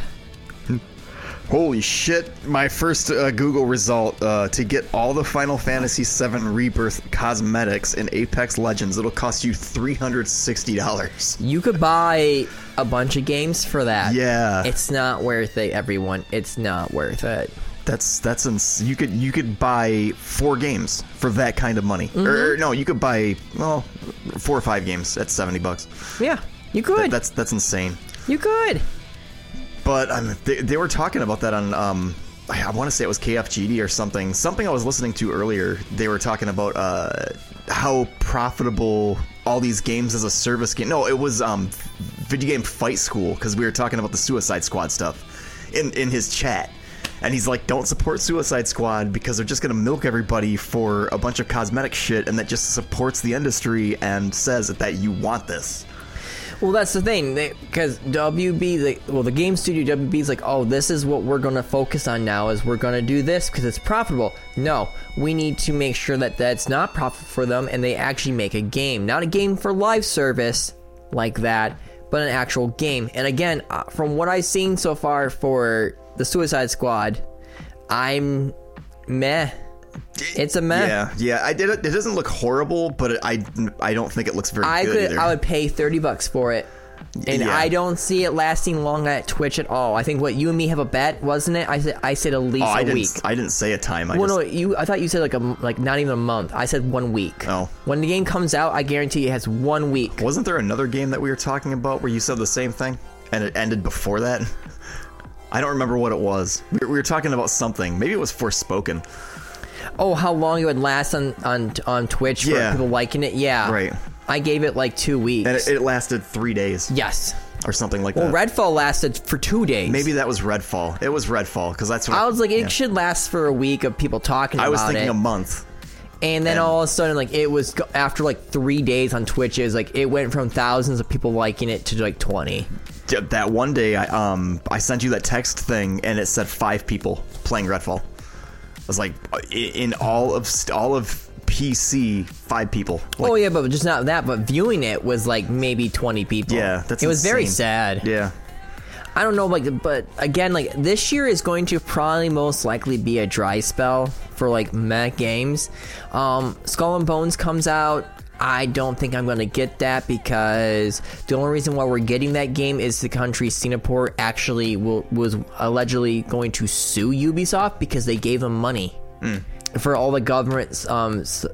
[SPEAKER 3] Holy shit! My first uh, Google result uh, to get all the Final Fantasy VII Rebirth cosmetics in Apex Legends, it'll cost you three hundred sixty dollars.
[SPEAKER 4] You could buy a bunch of games for that.
[SPEAKER 3] Yeah.
[SPEAKER 4] It's not worth it, everyone. It's not worth it.
[SPEAKER 3] That's that's ins- you could you could buy four games for that kind of money. Or, or no, you could buy well four or five games at seventy bucks.
[SPEAKER 4] Yeah. You
[SPEAKER 3] That-
[SPEAKER 4] could.
[SPEAKER 3] that's that's insane.
[SPEAKER 4] you could.
[SPEAKER 3] But um, they, they were talking about that on um, I, I want to say it was KFGD or something. Something I was listening to earlier. They were talking about uh, how profitable all these games as a service game. No, it was um, video game Fight School because we were talking about the Suicide Squad stuff in in his chat. And he's like, "Don't support Suicide Squad because they're just gonna milk everybody for a bunch of cosmetic shit, and that just supports the industry and says that you want this."
[SPEAKER 4] Well, that's the thing, because WB, the, well, the game studio WB is like, oh, this is what we're going to focus on now is we're going to do this because it's profitable. No, we need to make sure that that's not profitable for them, and they actually make a game, not a game for live service like that, but an actual game. And again, uh, from what I've seen so far for the Suicide Squad, I'm meh. It's a meh.
[SPEAKER 3] Yeah, yeah. I did. It It doesn't look horrible, but it, I I don't think it looks very
[SPEAKER 4] I
[SPEAKER 3] good
[SPEAKER 4] could
[SPEAKER 3] either.
[SPEAKER 4] I would pay 30 bucks for it. And
[SPEAKER 3] Yeah.
[SPEAKER 4] I don't see it lasting long at Twitch at all. I think what you and me have a bet, wasn't it? I said I said at least
[SPEAKER 3] oh, I
[SPEAKER 4] a
[SPEAKER 3] didn't.
[SPEAKER 4] week.
[SPEAKER 3] I didn't say a time. I
[SPEAKER 4] well,
[SPEAKER 3] just,
[SPEAKER 4] no, you. I thought you said like a m- like not even a month. I said one week.
[SPEAKER 3] Oh.
[SPEAKER 4] When the game comes out, I guarantee it has one week.
[SPEAKER 3] Wasn't there another game that we were talking about where you said the same thing and it ended before that? I don't remember what it was. We were, we were talking about something. Maybe it was Forspoken.
[SPEAKER 4] Oh, how long it would last on on on Twitch for
[SPEAKER 3] Yeah.
[SPEAKER 4] people liking it? Yeah.
[SPEAKER 3] Right.
[SPEAKER 4] I gave it like two weeks.
[SPEAKER 3] And it, it lasted three days
[SPEAKER 4] yes.
[SPEAKER 3] or something like
[SPEAKER 4] Well,
[SPEAKER 3] that.
[SPEAKER 4] Redfall lasted for two days.
[SPEAKER 3] Maybe that was Redfall. It was Redfall because that's what
[SPEAKER 4] I was like, it
[SPEAKER 3] yeah.
[SPEAKER 4] should last for a week of people talking
[SPEAKER 3] I was
[SPEAKER 4] about
[SPEAKER 3] thinking
[SPEAKER 4] it.
[SPEAKER 3] a month.
[SPEAKER 4] And then all of a sudden, like it was go- after like three days on Twitch, it was like it went from thousands of people liking it to like twenty.
[SPEAKER 3] D- That one day, I um I sent you that text thing and it said five people playing Redfall. I was like, i- in all of st- all of PC, five people. Like,
[SPEAKER 4] oh yeah, but just not that. But viewing it was like maybe twenty people.
[SPEAKER 3] Yeah, that's
[SPEAKER 4] it was very
[SPEAKER 3] insane.
[SPEAKER 4] sad.
[SPEAKER 3] yeah.
[SPEAKER 4] I don't know, like, but again, like this year is going to probably most likely be a dry spell for like meh games. Um, Skull and Bones comes out. I don't think I'm going to get that because the only reason why we're getting that game is the country Singapore actually will, was allegedly going to sue Ubisoft because they gave them money for all the government's um s-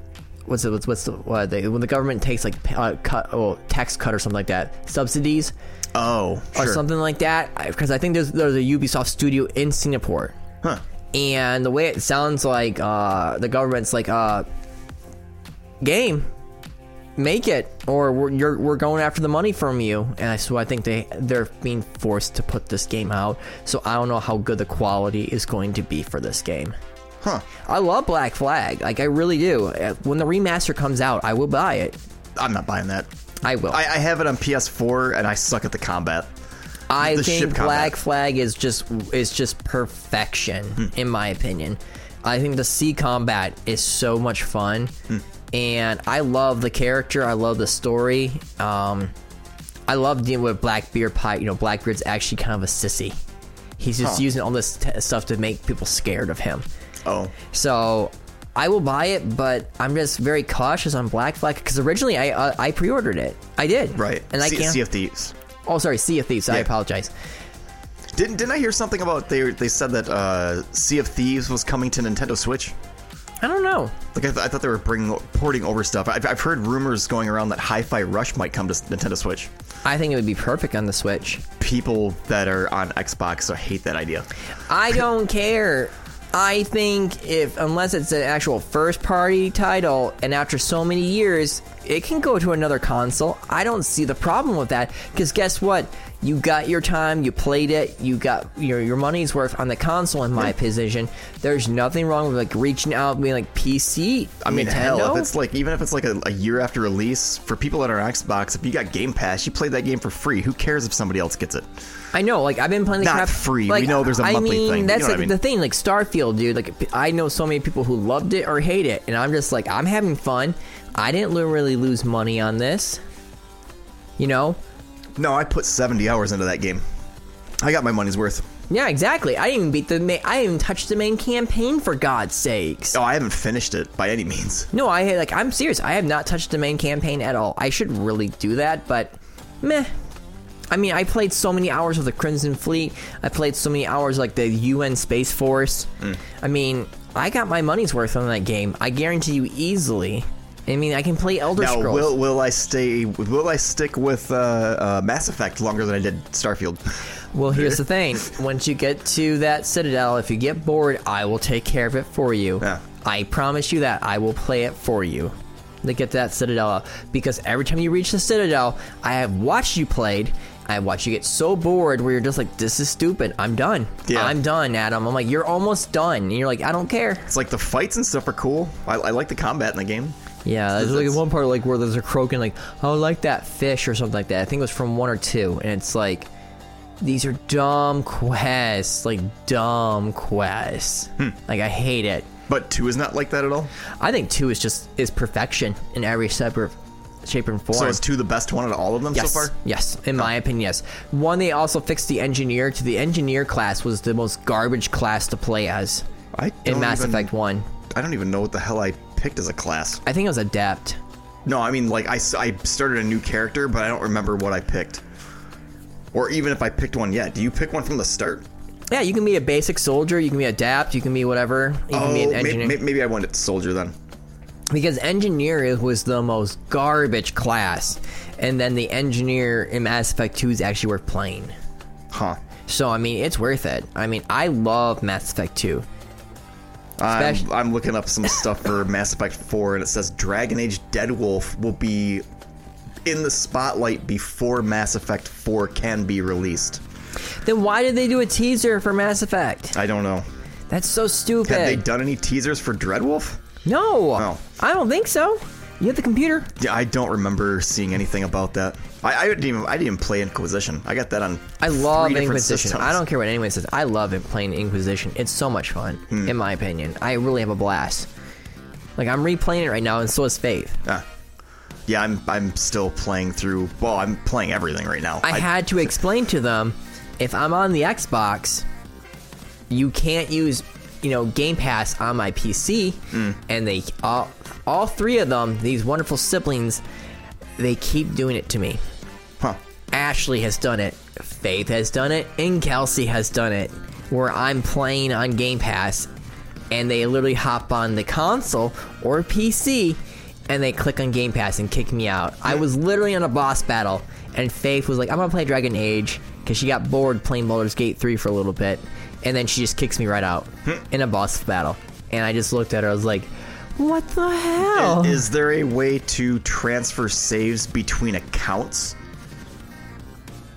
[SPEAKER 4] what's it what's what's the, what they, when the government takes like p- uh, cut oh tax cut or something like that subsidies
[SPEAKER 3] Oh,
[SPEAKER 4] or
[SPEAKER 3] sure.
[SPEAKER 4] something like that because I think there's there's a Ubisoft studio in Singapore.
[SPEAKER 3] Huh.
[SPEAKER 4] And the way it sounds like uh, the government's like uh, game make it or we're, you're, we're going after the money from you and I- so i think they they're being forced to put this game out so i don't know how good the quality is going to be for this game
[SPEAKER 3] Huh.
[SPEAKER 4] i love black flag like i really do Uh, when the remaster comes out i will buy it
[SPEAKER 3] I'm not buying that.
[SPEAKER 4] i will
[SPEAKER 3] I, I have it on PS4 and I suck at the combat.
[SPEAKER 4] I
[SPEAKER 3] the ship
[SPEAKER 4] think
[SPEAKER 3] combat.
[SPEAKER 4] Black Flag is just is just perfection
[SPEAKER 3] Hmm.
[SPEAKER 4] in my opinion. I think the sea combat is so much fun,
[SPEAKER 3] Hmm.
[SPEAKER 4] and I love the character. I love the story. Um, I love dealing with Blackbeard Pie. You know, Blackbeard's actually kind of a sissy. He's just using all this t- stuff to make people scared of him.
[SPEAKER 3] Oh,
[SPEAKER 4] So I will buy it, but I'm just very cautious on Black Flag because originally I uh, I pre-ordered it. I did
[SPEAKER 3] right.
[SPEAKER 4] and I
[SPEAKER 3] C-
[SPEAKER 4] can't.
[SPEAKER 3] Sea of Thieves.
[SPEAKER 4] oh, sorry, Sea of Thieves. I
[SPEAKER 3] Yeah.
[SPEAKER 4] apologize.
[SPEAKER 3] Didn't didn't I hear something about they they said that uh, Sea of Thieves was coming to Nintendo Switch?
[SPEAKER 4] I don't know.
[SPEAKER 3] Like I, th- I thought they were bringing porting over stuff. I've, I've heard rumors going around that Hi-Fi Rush might come to Nintendo Switch.
[SPEAKER 4] I think it would be perfect on the Switch.
[SPEAKER 3] People that are on Xbox hate that idea.
[SPEAKER 4] I don't care. I think if unless it's an actual first party title and after so many years it can go to another console. I don't see the problem with that cuz guess what? You got your time, you played it, you got your your money's worth on the console in my position. There's nothing wrong with like reaching out and being like PC.
[SPEAKER 3] I mean,
[SPEAKER 4] Nintendo?
[SPEAKER 3] hell, if it's like even if it's like a, a year after release for people that are on Xbox, if you got Game Pass, you play that game for free. Who cares if somebody else gets it?
[SPEAKER 4] I know, like I've been playing the
[SPEAKER 3] Not
[SPEAKER 4] crap
[SPEAKER 3] free.
[SPEAKER 4] Like,
[SPEAKER 3] We know there's a
[SPEAKER 4] I
[SPEAKER 3] monthly
[SPEAKER 4] mean,
[SPEAKER 3] thing. You
[SPEAKER 4] That's
[SPEAKER 3] know what
[SPEAKER 4] like
[SPEAKER 3] I mean.
[SPEAKER 4] the thing, like Starfield, dude. Like I know so many people who loved it or hate it, and I'm just like, I'm having fun. I didn't lo- really lose money on this, you know.
[SPEAKER 3] No, I put 70 hours into that game. I got my money's worth.
[SPEAKER 4] Yeah, exactly. I didn't even beat the. Ma- I didn't even touch the main campaign for God's sakes.
[SPEAKER 3] Oh, I haven't finished it by any means.
[SPEAKER 4] No, I like. I'm serious. I have not touched the main campaign at all. I should really do that, but meh. I mean, I played so many hours with the Crimson Fleet. I played so many hours like the UN Space Force.
[SPEAKER 3] Hmm.
[SPEAKER 4] I mean, I got my money's worth on that game. I guarantee you easily. I mean, I can play Elder
[SPEAKER 3] Now,
[SPEAKER 4] Scrolls.
[SPEAKER 3] will will I stay? Will I stick with uh, uh, Mass Effect longer than I did Starfield?
[SPEAKER 4] Well, here's the thing. Once you get to that citadel, if you get bored, I will take care of it for you.
[SPEAKER 3] Yeah.
[SPEAKER 4] I promise you that. I will play it for you to get that citadel out. Because every time you reach the citadel, I have watched you played. I watch you get so bored where you're just like, this is stupid. I'm done.
[SPEAKER 3] Yeah.
[SPEAKER 4] I'm done, Adam. I'm like, you're almost done. And you're like, I don't care.
[SPEAKER 3] It's like the fights and stuff are cool. I, I like the combat in the game.
[SPEAKER 4] Yeah, there's like
[SPEAKER 3] That's-
[SPEAKER 4] one part like where there's a croaking like, "I like that fish" or something like that. I think it was from one or two, and it's like, these are dumb quests, like dumb quests.
[SPEAKER 3] Hmm.
[SPEAKER 4] Like I hate it.
[SPEAKER 3] But two is not like that at all.
[SPEAKER 4] I think two is just is perfection in every separate shape and form.
[SPEAKER 3] So is two the best one out of all of them
[SPEAKER 4] Yes.
[SPEAKER 3] so far? Oh.
[SPEAKER 4] Yes, in my opinion, yes. One, they also fixed the engineer to the engineer class was the most garbage class to play as
[SPEAKER 3] I
[SPEAKER 4] in
[SPEAKER 3] don't
[SPEAKER 4] Mass
[SPEAKER 3] even-
[SPEAKER 4] Effect One.
[SPEAKER 3] I don't even know what the hell I picked as a class.
[SPEAKER 4] I think it was Adept.
[SPEAKER 3] No, I mean like I, s- I started a new character, but I don't remember what I picked, or even if I picked one yet. Do you pick one from the start?
[SPEAKER 4] Yeah, you can be a basic soldier, you can be adapt, you can be whatever, Oh, you can be an
[SPEAKER 3] Oh, may-
[SPEAKER 4] engineer.
[SPEAKER 3] may- maybe I wanted soldier then.
[SPEAKER 4] because engineer was the most garbage class, and then the engineer in Mass Effect 2 is actually worth playing.
[SPEAKER 3] Huh.
[SPEAKER 4] So I mean, it's worth it. I mean, I love Mass Effect 2.
[SPEAKER 3] I'm,
[SPEAKER 4] Especially-
[SPEAKER 3] I'm looking up some stuff for Mass Effect 4, and it says Dragon Age Dead Wolf will be in the spotlight before Mass Effect 4 can be released.
[SPEAKER 4] Then why did they do a teaser for Mass Effect?
[SPEAKER 3] I don't know.
[SPEAKER 4] That's so stupid.
[SPEAKER 3] Have they done any teasers for Dreadwolf?
[SPEAKER 4] no,
[SPEAKER 3] Oh.
[SPEAKER 4] I don't think so. You have the computer.
[SPEAKER 3] Yeah, I don't remember seeing anything about that. I, I didn't even I didn't even play Inquisition. I got that on.
[SPEAKER 4] I love
[SPEAKER 3] three different
[SPEAKER 4] Inquisition.
[SPEAKER 3] systems.
[SPEAKER 4] I don't care what anyone says. I love it playing Inquisition. It's so much fun,
[SPEAKER 3] Hmm.
[SPEAKER 4] in my opinion. I really have a blast. Like I'm replaying it right now, and so is Faith.
[SPEAKER 3] Ah. Yeah, I'm I'm still playing through. Well, I'm playing everything right now.
[SPEAKER 4] I had to explain to them if I'm on the Xbox, you can't use you know Game Pass on my PC,
[SPEAKER 3] Hmm.
[SPEAKER 4] and they all, all three of them, these wonderful siblings, they keep doing it to me.
[SPEAKER 3] Huh.
[SPEAKER 4] Ashley has done it, Faith has done it, and Kelsey has done it. Where I'm playing on Game Pass, and they literally hop on the console or PC, and they click on Game Pass and kick me out. I was literally on a boss battle, and Faith was like, "I'm gonna play Dragon Age" because she got bored playing Baldur's Gate 3 for a little bit, and then she just kicks me right out in a boss battle. And I just looked at her, I was like, "What the hell?"
[SPEAKER 3] Is there a way to transfer saves between accounts?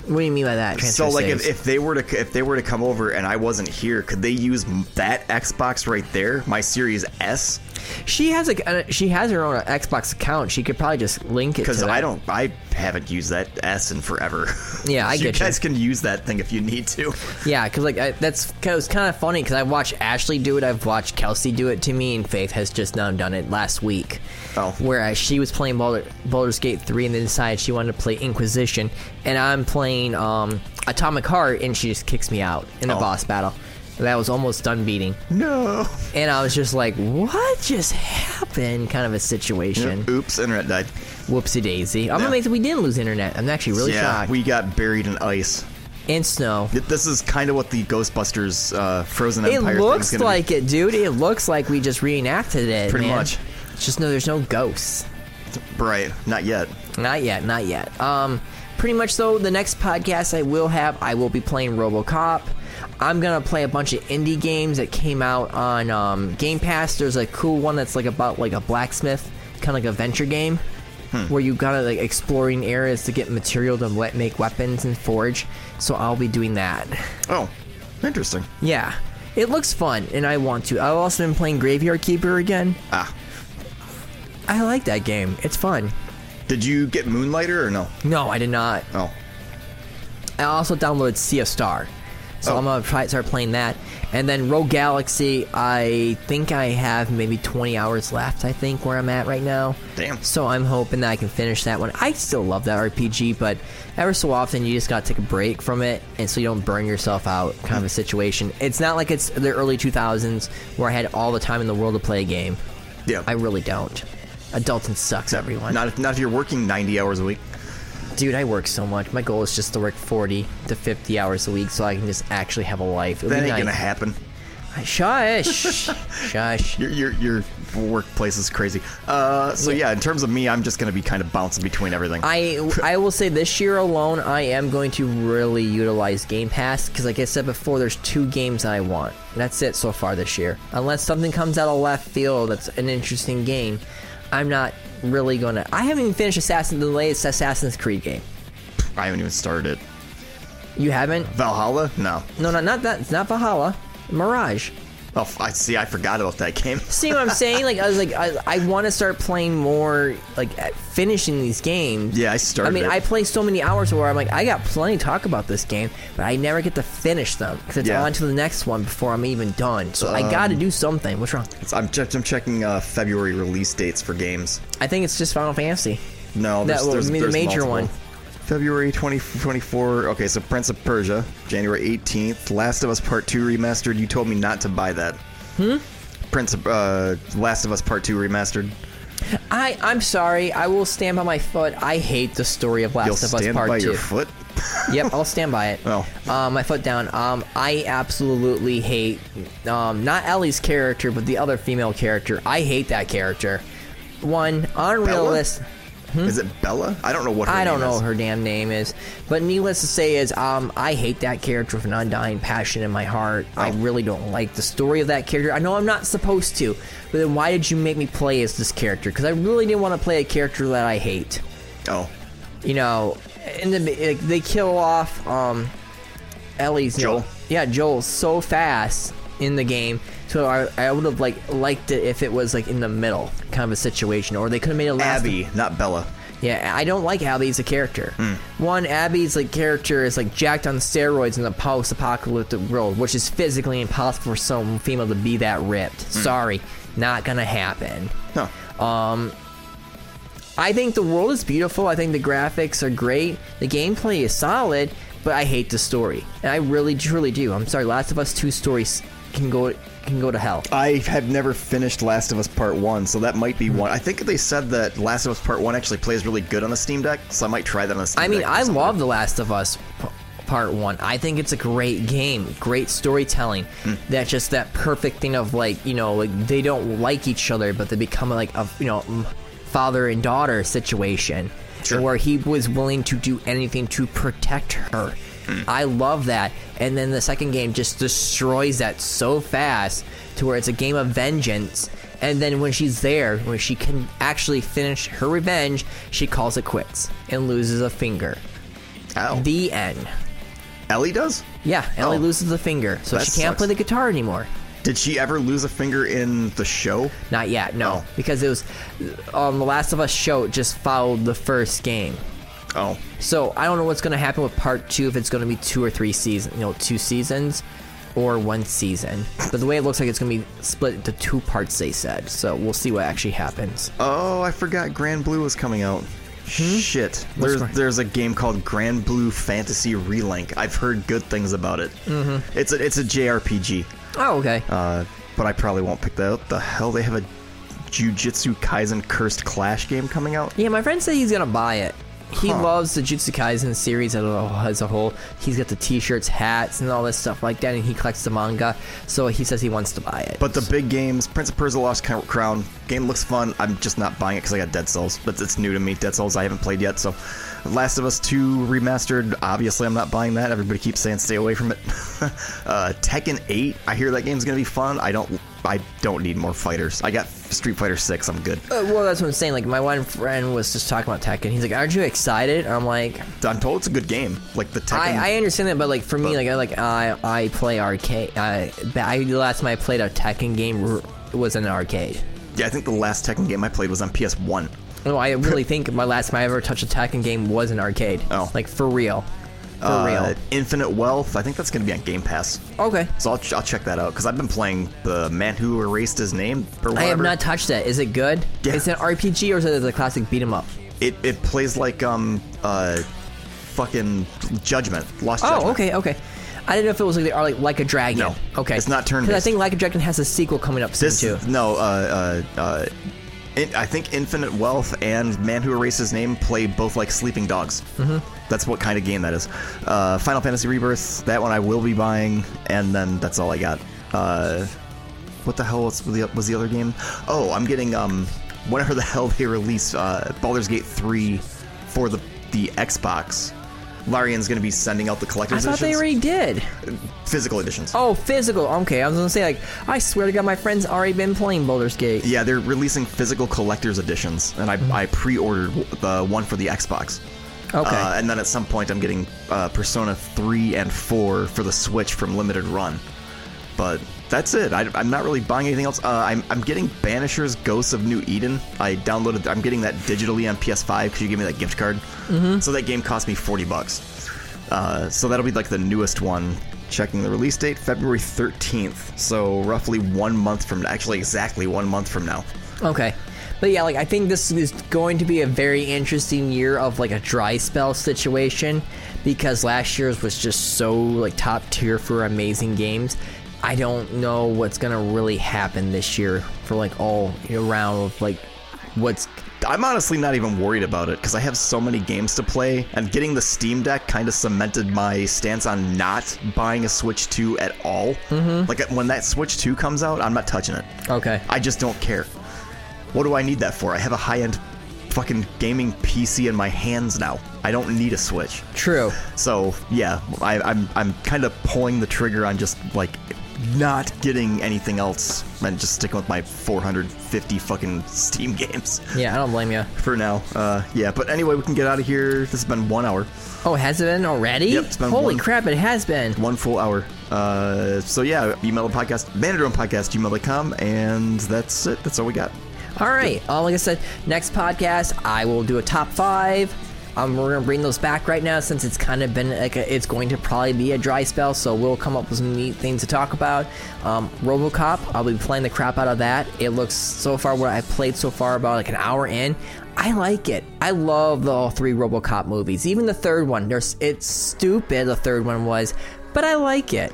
[SPEAKER 4] what do you mean by that?
[SPEAKER 3] So
[SPEAKER 4] transfer
[SPEAKER 3] like if,
[SPEAKER 4] saves?
[SPEAKER 3] if they were to if they were to come over and I wasn't here, could they use m- that Xbox right there, my Series S?
[SPEAKER 4] She has a uh, she has her own Xbox account. She could probably just link it.
[SPEAKER 3] Because
[SPEAKER 4] to that.
[SPEAKER 3] I don't, I haven't used that S in forever.
[SPEAKER 4] Yeah, I
[SPEAKER 3] you
[SPEAKER 4] get you.
[SPEAKER 3] guys can use that thing if you need to.
[SPEAKER 4] Yeah, because like I, that's cause kind of funny because I watched Ashley do it. I've watched Kelsey do it to me, and Faith has just now done it last week.
[SPEAKER 3] Oh.
[SPEAKER 4] Whereas she was playing Boulder, Baldur's Gate three, and then decided she wanted to play Inquisition, and I'm playing um, Atomic Heart, and she just kicks me out in a
[SPEAKER 3] Oh.
[SPEAKER 4] boss battle. That was almost done beating,
[SPEAKER 3] No.
[SPEAKER 4] and I was just like, "What just happened?" Kind of a situation.
[SPEAKER 3] Oops, internet died.
[SPEAKER 4] Whoopsie daisy. I'm
[SPEAKER 3] Yeah.
[SPEAKER 4] amazed we didn't lose internet. I'm actually really
[SPEAKER 3] yeah,
[SPEAKER 4] shocked.
[SPEAKER 3] we got buried in ice.
[SPEAKER 4] and snow.
[SPEAKER 3] Th- This is kind of what the Ghostbusters uh, Frozen
[SPEAKER 4] It
[SPEAKER 3] Empire
[SPEAKER 4] looks
[SPEAKER 3] thing's gonna
[SPEAKER 4] like it, dude. It looks like we just reenacted it.
[SPEAKER 3] Pretty
[SPEAKER 4] man.
[SPEAKER 3] much.
[SPEAKER 4] It's just no, there's no ghosts.
[SPEAKER 3] be. Right, not yet.
[SPEAKER 4] Not yet, not yet. Um, pretty much though, the next podcast I will have, I will be playing RoboCop. I'm gonna play a bunch of indie games that came out on um, Game Pass. There's a cool one that's like about like a blacksmith, kind of like a venture game,
[SPEAKER 3] Hmm.
[SPEAKER 4] where you gotta like exploring areas to get material to let make weapons and forge. So I'll be doing that.
[SPEAKER 3] Oh, interesting.
[SPEAKER 4] Yeah, it looks fun, and I want to. I've also been playing Graveyard Keeper again.
[SPEAKER 3] Ah,
[SPEAKER 4] I like that game. It's fun.
[SPEAKER 3] did you get Moonlighter or no?
[SPEAKER 4] No, I did not.
[SPEAKER 3] Oh,
[SPEAKER 4] I also downloaded Sea of Star. So
[SPEAKER 3] Oh.
[SPEAKER 4] I'm gonna try start playing that. And then Rogue Galaxy, I think I have maybe 20 hours left. I think where I'm at right now.
[SPEAKER 3] Damn.
[SPEAKER 4] So I'm hoping that I can finish that one. I still love that RPG, but ever so often you just gotta take a break from it, and so you don't burn yourself out. Kind
[SPEAKER 3] Hmm.
[SPEAKER 4] of a situation. It's not like it's the early 2000s where I had all the time in the world to play a game.
[SPEAKER 3] yeah.
[SPEAKER 4] I really don't. Adulting sucks, everyone.
[SPEAKER 3] Not if, not if you're working 90 hours a week.
[SPEAKER 4] Dude, I work so much. My goal is just to work 40 to 50 hours a week so I can just actually have a life. It'll
[SPEAKER 3] That
[SPEAKER 4] be
[SPEAKER 3] ain't gonna
[SPEAKER 4] nice.
[SPEAKER 3] happen.
[SPEAKER 4] Shush. Shush.
[SPEAKER 3] Your, your your workplace is crazy. Uh, so yeah. in terms of me, I'm just gonna be kind of bouncing between everything.
[SPEAKER 4] I, I will say this year alone, I am going to really utilize Game Pass because, like I said before, there's two games that I want. That's it so far this year. Unless something comes out of left field that's an interesting game, I'm not really going to. I haven't even finished Assassin, the latest Assassin's Creed game.
[SPEAKER 3] I haven't even started it.
[SPEAKER 4] You haven't?
[SPEAKER 3] Valhalla? No.
[SPEAKER 4] No, no, not that. It's not Valhalla. Mirage.
[SPEAKER 3] Oh, f- I see. I forgot about that game.
[SPEAKER 4] See what I'm saying? Like I was like I, I want to start playing more, like at finishing these games.
[SPEAKER 3] Yeah, I started
[SPEAKER 4] I mean,
[SPEAKER 3] it.
[SPEAKER 4] I play so many hours where I'm like, I got plenty to talk about this game, but I never get to finish them because it's
[SPEAKER 3] Yeah. Um,
[SPEAKER 4] on to the next one before I'm even done. So I got to do something. What's wrong?
[SPEAKER 3] So I'm just I'm checking uh, February release dates for games.
[SPEAKER 4] I think it's just Final Fantasy.
[SPEAKER 3] No,
[SPEAKER 4] That
[SPEAKER 3] there's,
[SPEAKER 4] will
[SPEAKER 3] there's,
[SPEAKER 4] be the
[SPEAKER 3] there's
[SPEAKER 4] major
[SPEAKER 3] multiple.
[SPEAKER 4] one.
[SPEAKER 3] February 2024. okay, so Prince of Persia, January 18th. Last of Us Part 2 remastered. You told me not to buy that. Hmm. Prince of uh, Last of Us Part 2 remastered.
[SPEAKER 4] I I'm sorry. I will stand by my foot. I hate the story of Last
[SPEAKER 3] You'll
[SPEAKER 4] of Us
[SPEAKER 3] stand
[SPEAKER 4] Part
[SPEAKER 3] by
[SPEAKER 4] Two.
[SPEAKER 3] your foot.
[SPEAKER 4] yep, I'll stand by it.
[SPEAKER 3] Oh.
[SPEAKER 4] Um, my foot down. Um, I absolutely hate, um, not Ellie's character, but the other female character. I hate that character. One, unrealistic.
[SPEAKER 3] Is it Bella? I don't know what her
[SPEAKER 4] I
[SPEAKER 3] name
[SPEAKER 4] don't know
[SPEAKER 3] is.
[SPEAKER 4] what her damn name is, but needless to say is um, I hate that character with an undying passion in my heart. I
[SPEAKER 3] Oh.
[SPEAKER 4] really don't like the story of that character. I know I'm not supposed to, but then why did you make me play as this character? Because I really didn't want to play a character that I hate
[SPEAKER 3] Oh,
[SPEAKER 4] you know, and then like, they kill off um, Ellie's you know-
[SPEAKER 3] Joel.
[SPEAKER 4] yeah, Joel so fast in the game. So I, I would have like liked it if it was like in the middle kind of a situation, or they could have made it last.
[SPEAKER 3] Abby, not Bella.
[SPEAKER 4] Yeah, I don't like Abby as a character.
[SPEAKER 3] Hmm.
[SPEAKER 4] One, Abby's like character is like jacked on steroids in the post-apocalyptic world, which is physically impossible for some female to be that ripped.
[SPEAKER 3] Hmm.
[SPEAKER 4] Sorry, not gonna happen.
[SPEAKER 3] Huh.
[SPEAKER 4] Uh, I think the world is beautiful. I think the graphics are great. The gameplay is solid, but I hate the story, and I really, truly do. I'm sorry, Last of Us Two stories can go can go to hell.
[SPEAKER 3] I have never finished Last of Us Part 1, so that might be
[SPEAKER 4] Hmm.
[SPEAKER 3] one. I think they said that Last of Us Part 1 actually plays really good on the Steam Deck, so I might try that on the Steam
[SPEAKER 4] I mean,
[SPEAKER 3] Deck.
[SPEAKER 4] I love The Last of Us p- Part One. I think it's a great game, great storytelling. That just that perfect thing of like you know like they don't like each other, but they become like a you know mm, father and daughter situation,
[SPEAKER 3] Sure.
[SPEAKER 4] where he was willing to do anything to protect her. I love that. And then the second game just destroys that so fast to where it's a game of vengeance. And then when she's there, when she can actually finish her revenge, she calls it quits and loses a finger.
[SPEAKER 3] Ow.
[SPEAKER 4] The end.
[SPEAKER 3] Ellie does?
[SPEAKER 4] Yeah, Ellie
[SPEAKER 3] Oh.
[SPEAKER 4] loses the finger, so
[SPEAKER 3] That
[SPEAKER 4] she can't
[SPEAKER 3] sucks.
[SPEAKER 4] play the guitar anymore.
[SPEAKER 3] Did she ever lose a finger in the show?
[SPEAKER 4] Not yet,
[SPEAKER 3] Oh.
[SPEAKER 4] no, because it was um, the Last of Us show just followed the first game.
[SPEAKER 3] Oh.
[SPEAKER 4] So I don't know what's going to happen with part two if it's going to be two or three seasons, you know, two seasons or one season. But the way it looks like it's going to be split into two parts, they said. So we'll see what actually happens.
[SPEAKER 3] Oh, I forgot Grand Blue was coming out.
[SPEAKER 4] Hmm?
[SPEAKER 3] Shit.
[SPEAKER 4] What's
[SPEAKER 3] There's
[SPEAKER 4] going-
[SPEAKER 3] there's a game called Grand Blue Fantasy Relink. I've heard good things about it. Mm-hmm. It's a it's a JRPG.
[SPEAKER 4] Oh, okay.
[SPEAKER 3] Uh, but I probably won't pick that up. The hell they have a Jujutsu Kaisen Cursed Clash game coming out?
[SPEAKER 4] yeah, my friend said he's going to buy it. he loves the Jutsu Kaisen series as a, as a whole. He's got the T-shirts, hats, and all this stuff like that, and he collects the manga. So he says he wants to buy it.
[SPEAKER 3] But the big games, Prince of Persia: The Lost Crown game looks fun. I'm just not buying it because I got Dead Cells, but it's new to me. Dead Cells I haven't played yet, so Last of Us 2 remastered. Obviously, I'm not buying that. Everybody keeps saying stay away from it. uh, Tekken 8. I hear that game's gonna be fun. I don't. I don't need more fighters. I got Street Fighter 6. I'm good.
[SPEAKER 4] Uh, well, that's what I'm saying. Like my one friend was just talking about Tekken. He's like, "Aren't you excited?" I'm like,
[SPEAKER 3] I'm told it's a good game. Like the Tekken.
[SPEAKER 4] I, I understand that, but like for me, like I like I I play arcade. I, I the last time I played a Tekken game r- was in an arcade.
[SPEAKER 3] yeah, I think the last Tekken game I played was on PS1.
[SPEAKER 4] No, I really think my last time I ever touched a Tekken game was an arcade.
[SPEAKER 3] Oh.
[SPEAKER 4] like for real, for
[SPEAKER 3] Uh,
[SPEAKER 4] real.
[SPEAKER 3] Infinite Wealth. I think that's gonna be on Game Pass.
[SPEAKER 4] Okay.
[SPEAKER 3] So I'll, ch- I'll check that out because I've been playing the man who erased his name or whatever.
[SPEAKER 4] I have not touched that. Is it good?
[SPEAKER 3] Yeah.
[SPEAKER 4] Is it an RPG or is it the classic beat 'em up?
[SPEAKER 3] It it plays like um uh fucking Judgment Lost.
[SPEAKER 4] Oh,
[SPEAKER 3] Judgment.
[SPEAKER 4] okay, okay. I didn't know if it was like, or like like a dragon.
[SPEAKER 3] No.
[SPEAKER 4] okay,
[SPEAKER 3] It's not
[SPEAKER 4] 'Cause I
[SPEAKER 3] turn-based.
[SPEAKER 4] think like a dragon has a sequel coming up soon
[SPEAKER 3] This
[SPEAKER 4] too.
[SPEAKER 3] no uh uh. uh it, I think Infinite Wealth and Man Who Erased His Name play both like sleeping dogs. Mm-hmm. That's what kind of game that is. Uh, Final Fantasy Rebirth, that one I will be buying, and then that's all I got. Uh, what the hell was the, was the other game? Oh, I'm getting um whatever the hell they release uh, Baldur's Gate 3 for the the Xbox. Larian's going to be sending out the
[SPEAKER 4] I
[SPEAKER 3] collector's
[SPEAKER 4] thought they
[SPEAKER 3] editions.
[SPEAKER 4] already did.
[SPEAKER 3] physical editions.
[SPEAKER 4] Oh, physical. Okay, I was gonna say like I swear to God, my friend's already been playing Boulder's Gate.
[SPEAKER 3] Yeah, they're releasing physical collector's editions, and I, I pre-ordered the one for the Xbox.
[SPEAKER 4] Okay.
[SPEAKER 3] Uh, and then at some point, I'm getting uh, Persona 3 and 4 for the Switch from Limited Run. But that's it. I, I'm not really buying anything else. Uh, I'm, I'm getting Banisher's Ghosts of New Eden. I downloaded. I'm getting that digitally on PS5 because you gave me that gift card. So that game cost me 40 bucks. Uh, so that'll be like the newest one. Checking the release date, February 13th. So roughly one month from actually exactly one month from now.
[SPEAKER 4] Okay. But yeah, like I think this is going to be a very interesting year of like a dry spell situation because last year's was just so like top tier for amazing games. I don't know what's gonna really happen this year for like all around of like what's
[SPEAKER 3] I'm honestly not even worried about it because I have so many games to play, and getting the Steam Deck kind of cemented my stance on not buying a Switch 2 at all. Mm-hmm. Like when that Switch 2 comes out, I'm not touching it.
[SPEAKER 4] okay.
[SPEAKER 3] I just don't care. What do I need that for? I have a high end fucking gaming PC in my hands now. I don't need a Switch.
[SPEAKER 4] True.
[SPEAKER 3] So yeah, I, I'm I'm kind of pulling the trigger on just like not getting anything else and just sticking with my 450 fucking Steam games
[SPEAKER 4] Yeah, I don't blame you.
[SPEAKER 3] for now. Uh, yeah, but anyway, we can get out of here. This has been one hour,
[SPEAKER 4] Oh, has it been already?
[SPEAKER 3] Yep, it's been
[SPEAKER 4] Holy
[SPEAKER 3] one-
[SPEAKER 4] crap, it has been.
[SPEAKER 3] one full hour. Uh, so yeah, email the podcast, podcast gmail.com, and that's it. That's all we got.
[SPEAKER 4] All right. Uh, like I said, next podcast I will do a top five. Um, we're gonna bring those back right now since it's kind of been like a, it's going to probably be a dry spell, so we'll come up with some neat things to talk about. Um, RoboCop, I'll be playing the crap out of that. It looks so far what I played so far about like an hour in. I like it. I love the all three RoboCop movies, even the third one. There's it's stupid. The third one was, but I like it.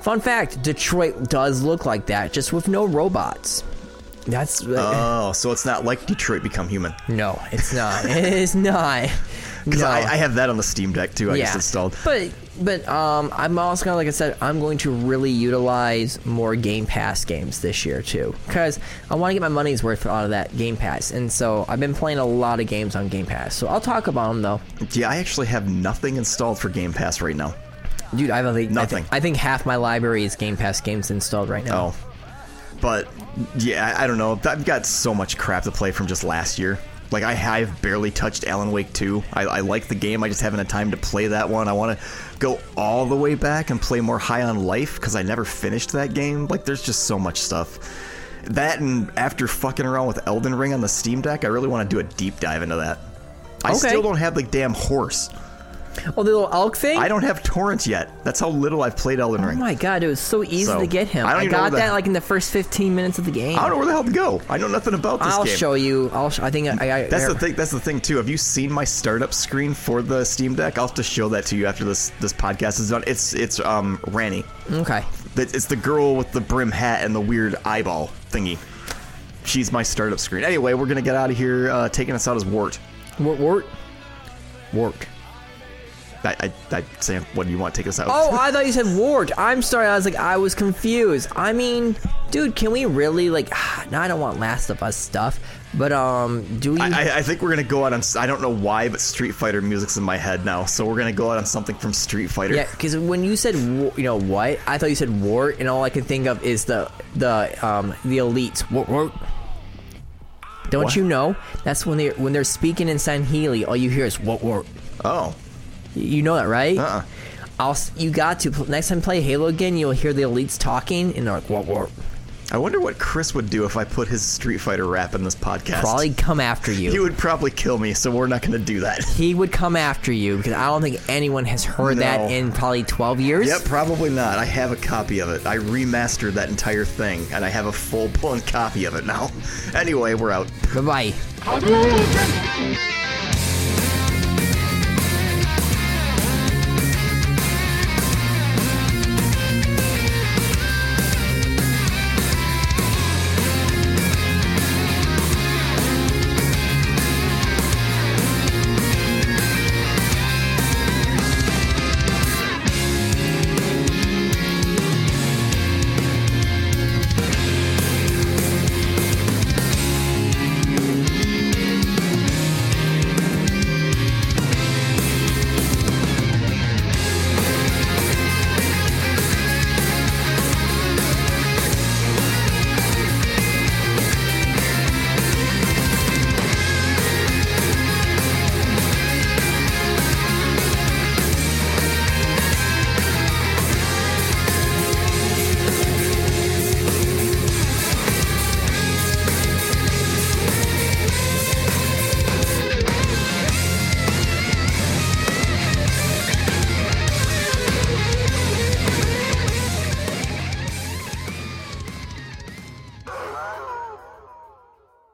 [SPEAKER 4] Fun fact: Detroit does look like that, just with no robots. That's
[SPEAKER 3] Oh, so it's not like Detroit Become Human.
[SPEAKER 4] no, it's not. it is not.
[SPEAKER 3] Because
[SPEAKER 4] No.
[SPEAKER 3] I, I have that on the Steam Deck too. I
[SPEAKER 4] yeah.
[SPEAKER 3] just installed.
[SPEAKER 4] But but um, I'm also gonna like I said, I'm going to really utilize more Game Pass games this year too, because I want to get my money's worth out of that Game Pass, and so I've been playing a lot of games on Game Pass. So I'll talk about them though,
[SPEAKER 3] Yeah, I actually have nothing installed for Game Pass right now.
[SPEAKER 4] dude. I have like I,
[SPEAKER 3] Nothing.
[SPEAKER 4] think- I think half my library is Game Pass games installed right now.
[SPEAKER 3] Oh, but yeah, I I don't know. I've got so much crap to play from just last year. Like I have barely touched Alan Wake 2. I, I like the game. I just haven't had time to play that one. I want to go all the way back and play more High on Life because I never finished that game. Like there's just so much stuff. That and after fucking around with Elden Ring on the Steam Deck, I really want to do a deep dive into that. I
[SPEAKER 4] Okay.
[SPEAKER 3] still don't have the damn horse.
[SPEAKER 4] Oh, the little elk thing.
[SPEAKER 3] I don't have torrents yet. That's how little I've played Elden
[SPEAKER 4] Oh
[SPEAKER 3] Ring.
[SPEAKER 4] my god, it was so easy
[SPEAKER 3] So,
[SPEAKER 4] to get him.
[SPEAKER 3] I
[SPEAKER 4] I,
[SPEAKER 3] don't even know
[SPEAKER 4] got
[SPEAKER 3] where the-
[SPEAKER 4] that like in the first 15 minutes of the game.
[SPEAKER 3] I don't know where the hell to go. I know nothing about this
[SPEAKER 4] I'll
[SPEAKER 3] game.
[SPEAKER 4] show you. I'll. Sh- I think I. I
[SPEAKER 3] That's the thing. That's the thing too. Have you seen my startup screen for the Steam Deck? I'll have to show that to you after this this podcast is done. It's it's um Rani.
[SPEAKER 4] Okay.
[SPEAKER 3] That- It's the girl with the brim hat and the weird eyeball thingy. She's my startup screen. Anyway, we're gonna get out of here. Uh, taking us out is Wart.
[SPEAKER 4] Wart, wart.
[SPEAKER 3] Wart. I, I, I Sam, what do you want to take us out?
[SPEAKER 4] Oh, I thought you said Wart. I'm sorry. I was like, I was confused. I mean, dude, can we really like? Now I don't want Last of Us stuff, but um, do we?
[SPEAKER 3] I, I, I think we're gonna go out on. I don't know why, but Street Fighter music's in my head now, so we're gonna go out on something from Street Fighter.
[SPEAKER 4] Yeah, because when you said wa- you know what, I thought you said Wart, and all I can think of is the the um the elites. Wart, wart. Don't
[SPEAKER 3] What?
[SPEAKER 4] you know? That's when they when they're speaking in Sanheli, all you hear is Wart, Wart.
[SPEAKER 3] Oh,
[SPEAKER 4] You know that, right?
[SPEAKER 3] Uh-uh.
[SPEAKER 4] I'll, s- you got to. Pl- Next time play Halo again, you'll hear the elites talking, and they're like, what, what?
[SPEAKER 3] I wonder what Chris would do if I put his Street Fighter rap in this podcast.
[SPEAKER 4] Probably come after you.
[SPEAKER 3] He would probably kill me, so we're not gonna do that.
[SPEAKER 4] He would come after you because I don't think anyone has heard
[SPEAKER 3] No.
[SPEAKER 4] that in probably 12 years.
[SPEAKER 3] Yep, probably not. I have a copy of it. I remastered that entire thing, and I have a full blown copy of it now. Anyway, we're out.
[SPEAKER 4] Bye bye.
[SPEAKER 6] Adventure.